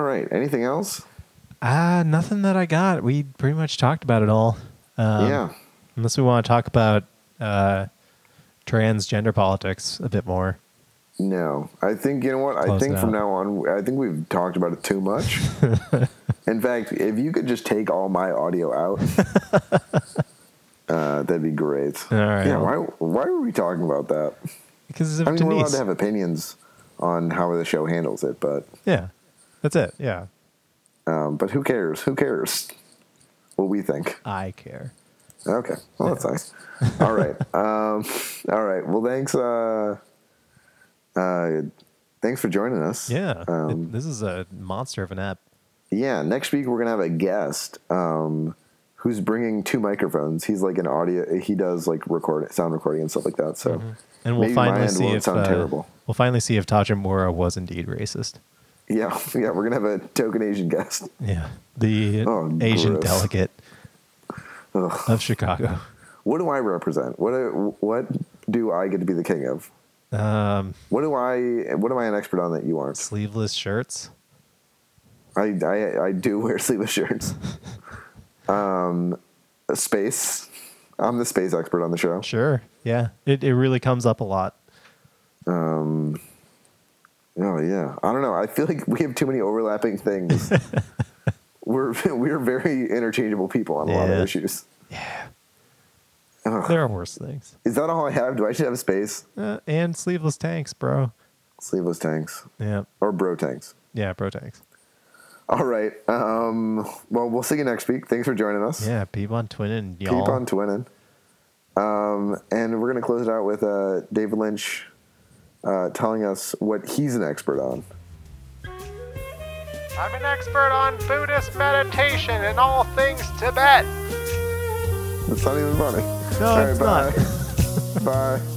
Speaker 2: right. Anything else?
Speaker 1: Ah, nothing that I got. We pretty much talked about it all. Um,
Speaker 2: yeah.
Speaker 1: Unless we want to talk about uh, transgender politics a bit more.
Speaker 2: No, I think you know what. I
Speaker 1: Close
Speaker 2: think
Speaker 1: it
Speaker 2: from
Speaker 1: out.
Speaker 2: now on, I think we've talked about it too much. In fact, if you could just take all my audio out, uh, that'd be great.
Speaker 1: All right.
Speaker 2: Yeah. Why? Why were we talking about that?
Speaker 1: Because of
Speaker 2: I mean, we're allowed
Speaker 1: Denise.
Speaker 2: to have opinions on how the show handles it, but
Speaker 1: yeah. That's it. Yeah.
Speaker 2: um, but who cares? Who cares? What we think.
Speaker 1: I care.
Speaker 2: Okay. Well, that's nice. All right. Um, all right. Well, thanks. Uh, uh, thanks for joining us.
Speaker 1: Yeah.
Speaker 2: Um,
Speaker 1: It- this is a monster of an app.
Speaker 2: Yeah, next week we're gonna have a guest um, who's bringing two microphones. He's like an audio. He does like record sound recording and stuff like that. So
Speaker 1: Mm-hmm. And we'll
Speaker 2: maybe my
Speaker 1: finally
Speaker 2: end
Speaker 1: see
Speaker 2: won't
Speaker 1: if
Speaker 2: sound
Speaker 1: uh,
Speaker 2: terrible.
Speaker 1: we'll finally see if Tajimura was indeed racist.
Speaker 2: yeah, yeah, we're gonna have a token Asian guest.
Speaker 1: Yeah. The
Speaker 2: Oh,
Speaker 1: Asian
Speaker 2: gross.
Speaker 1: delegate
Speaker 2: Ugh.
Speaker 1: of Chicago.
Speaker 2: What do I represent? What do- what do I get to be the king of?
Speaker 1: Um,
Speaker 2: What do I? What am I an expert on that you aren't?
Speaker 1: sleeveless shirts.
Speaker 2: I I, I do wear sleeveless shirts. um, space. I'm the space expert on the show.
Speaker 1: Sure. Yeah. It it really comes up a lot.
Speaker 2: Oh yeah, I don't know. I feel like we have too many overlapping things. we're we're very interchangeable people on a lot of
Speaker 1: Yeah.
Speaker 2: issues.
Speaker 1: There are worse things.
Speaker 2: Is that all I have? Do I should have space,
Speaker 1: Uh, and sleeveless tanks, bro.
Speaker 2: sleeveless tanks,
Speaker 1: Yeah.
Speaker 2: or bro tanks?
Speaker 1: Yeah, pro tanks.
Speaker 2: All right. Um, well, we'll see you next week. Thanks for joining us.
Speaker 1: Yeah, peep on twin and
Speaker 2: Keep
Speaker 1: y'all.
Speaker 2: on twinning. Um, and we're gonna close it out with uh, David Lynch uh, telling us what he's an expert on.
Speaker 3: I'm an expert on Buddhist meditation and all things Tibet.
Speaker 2: It's not even funny.
Speaker 1: No, it's
Speaker 2: bye. bye.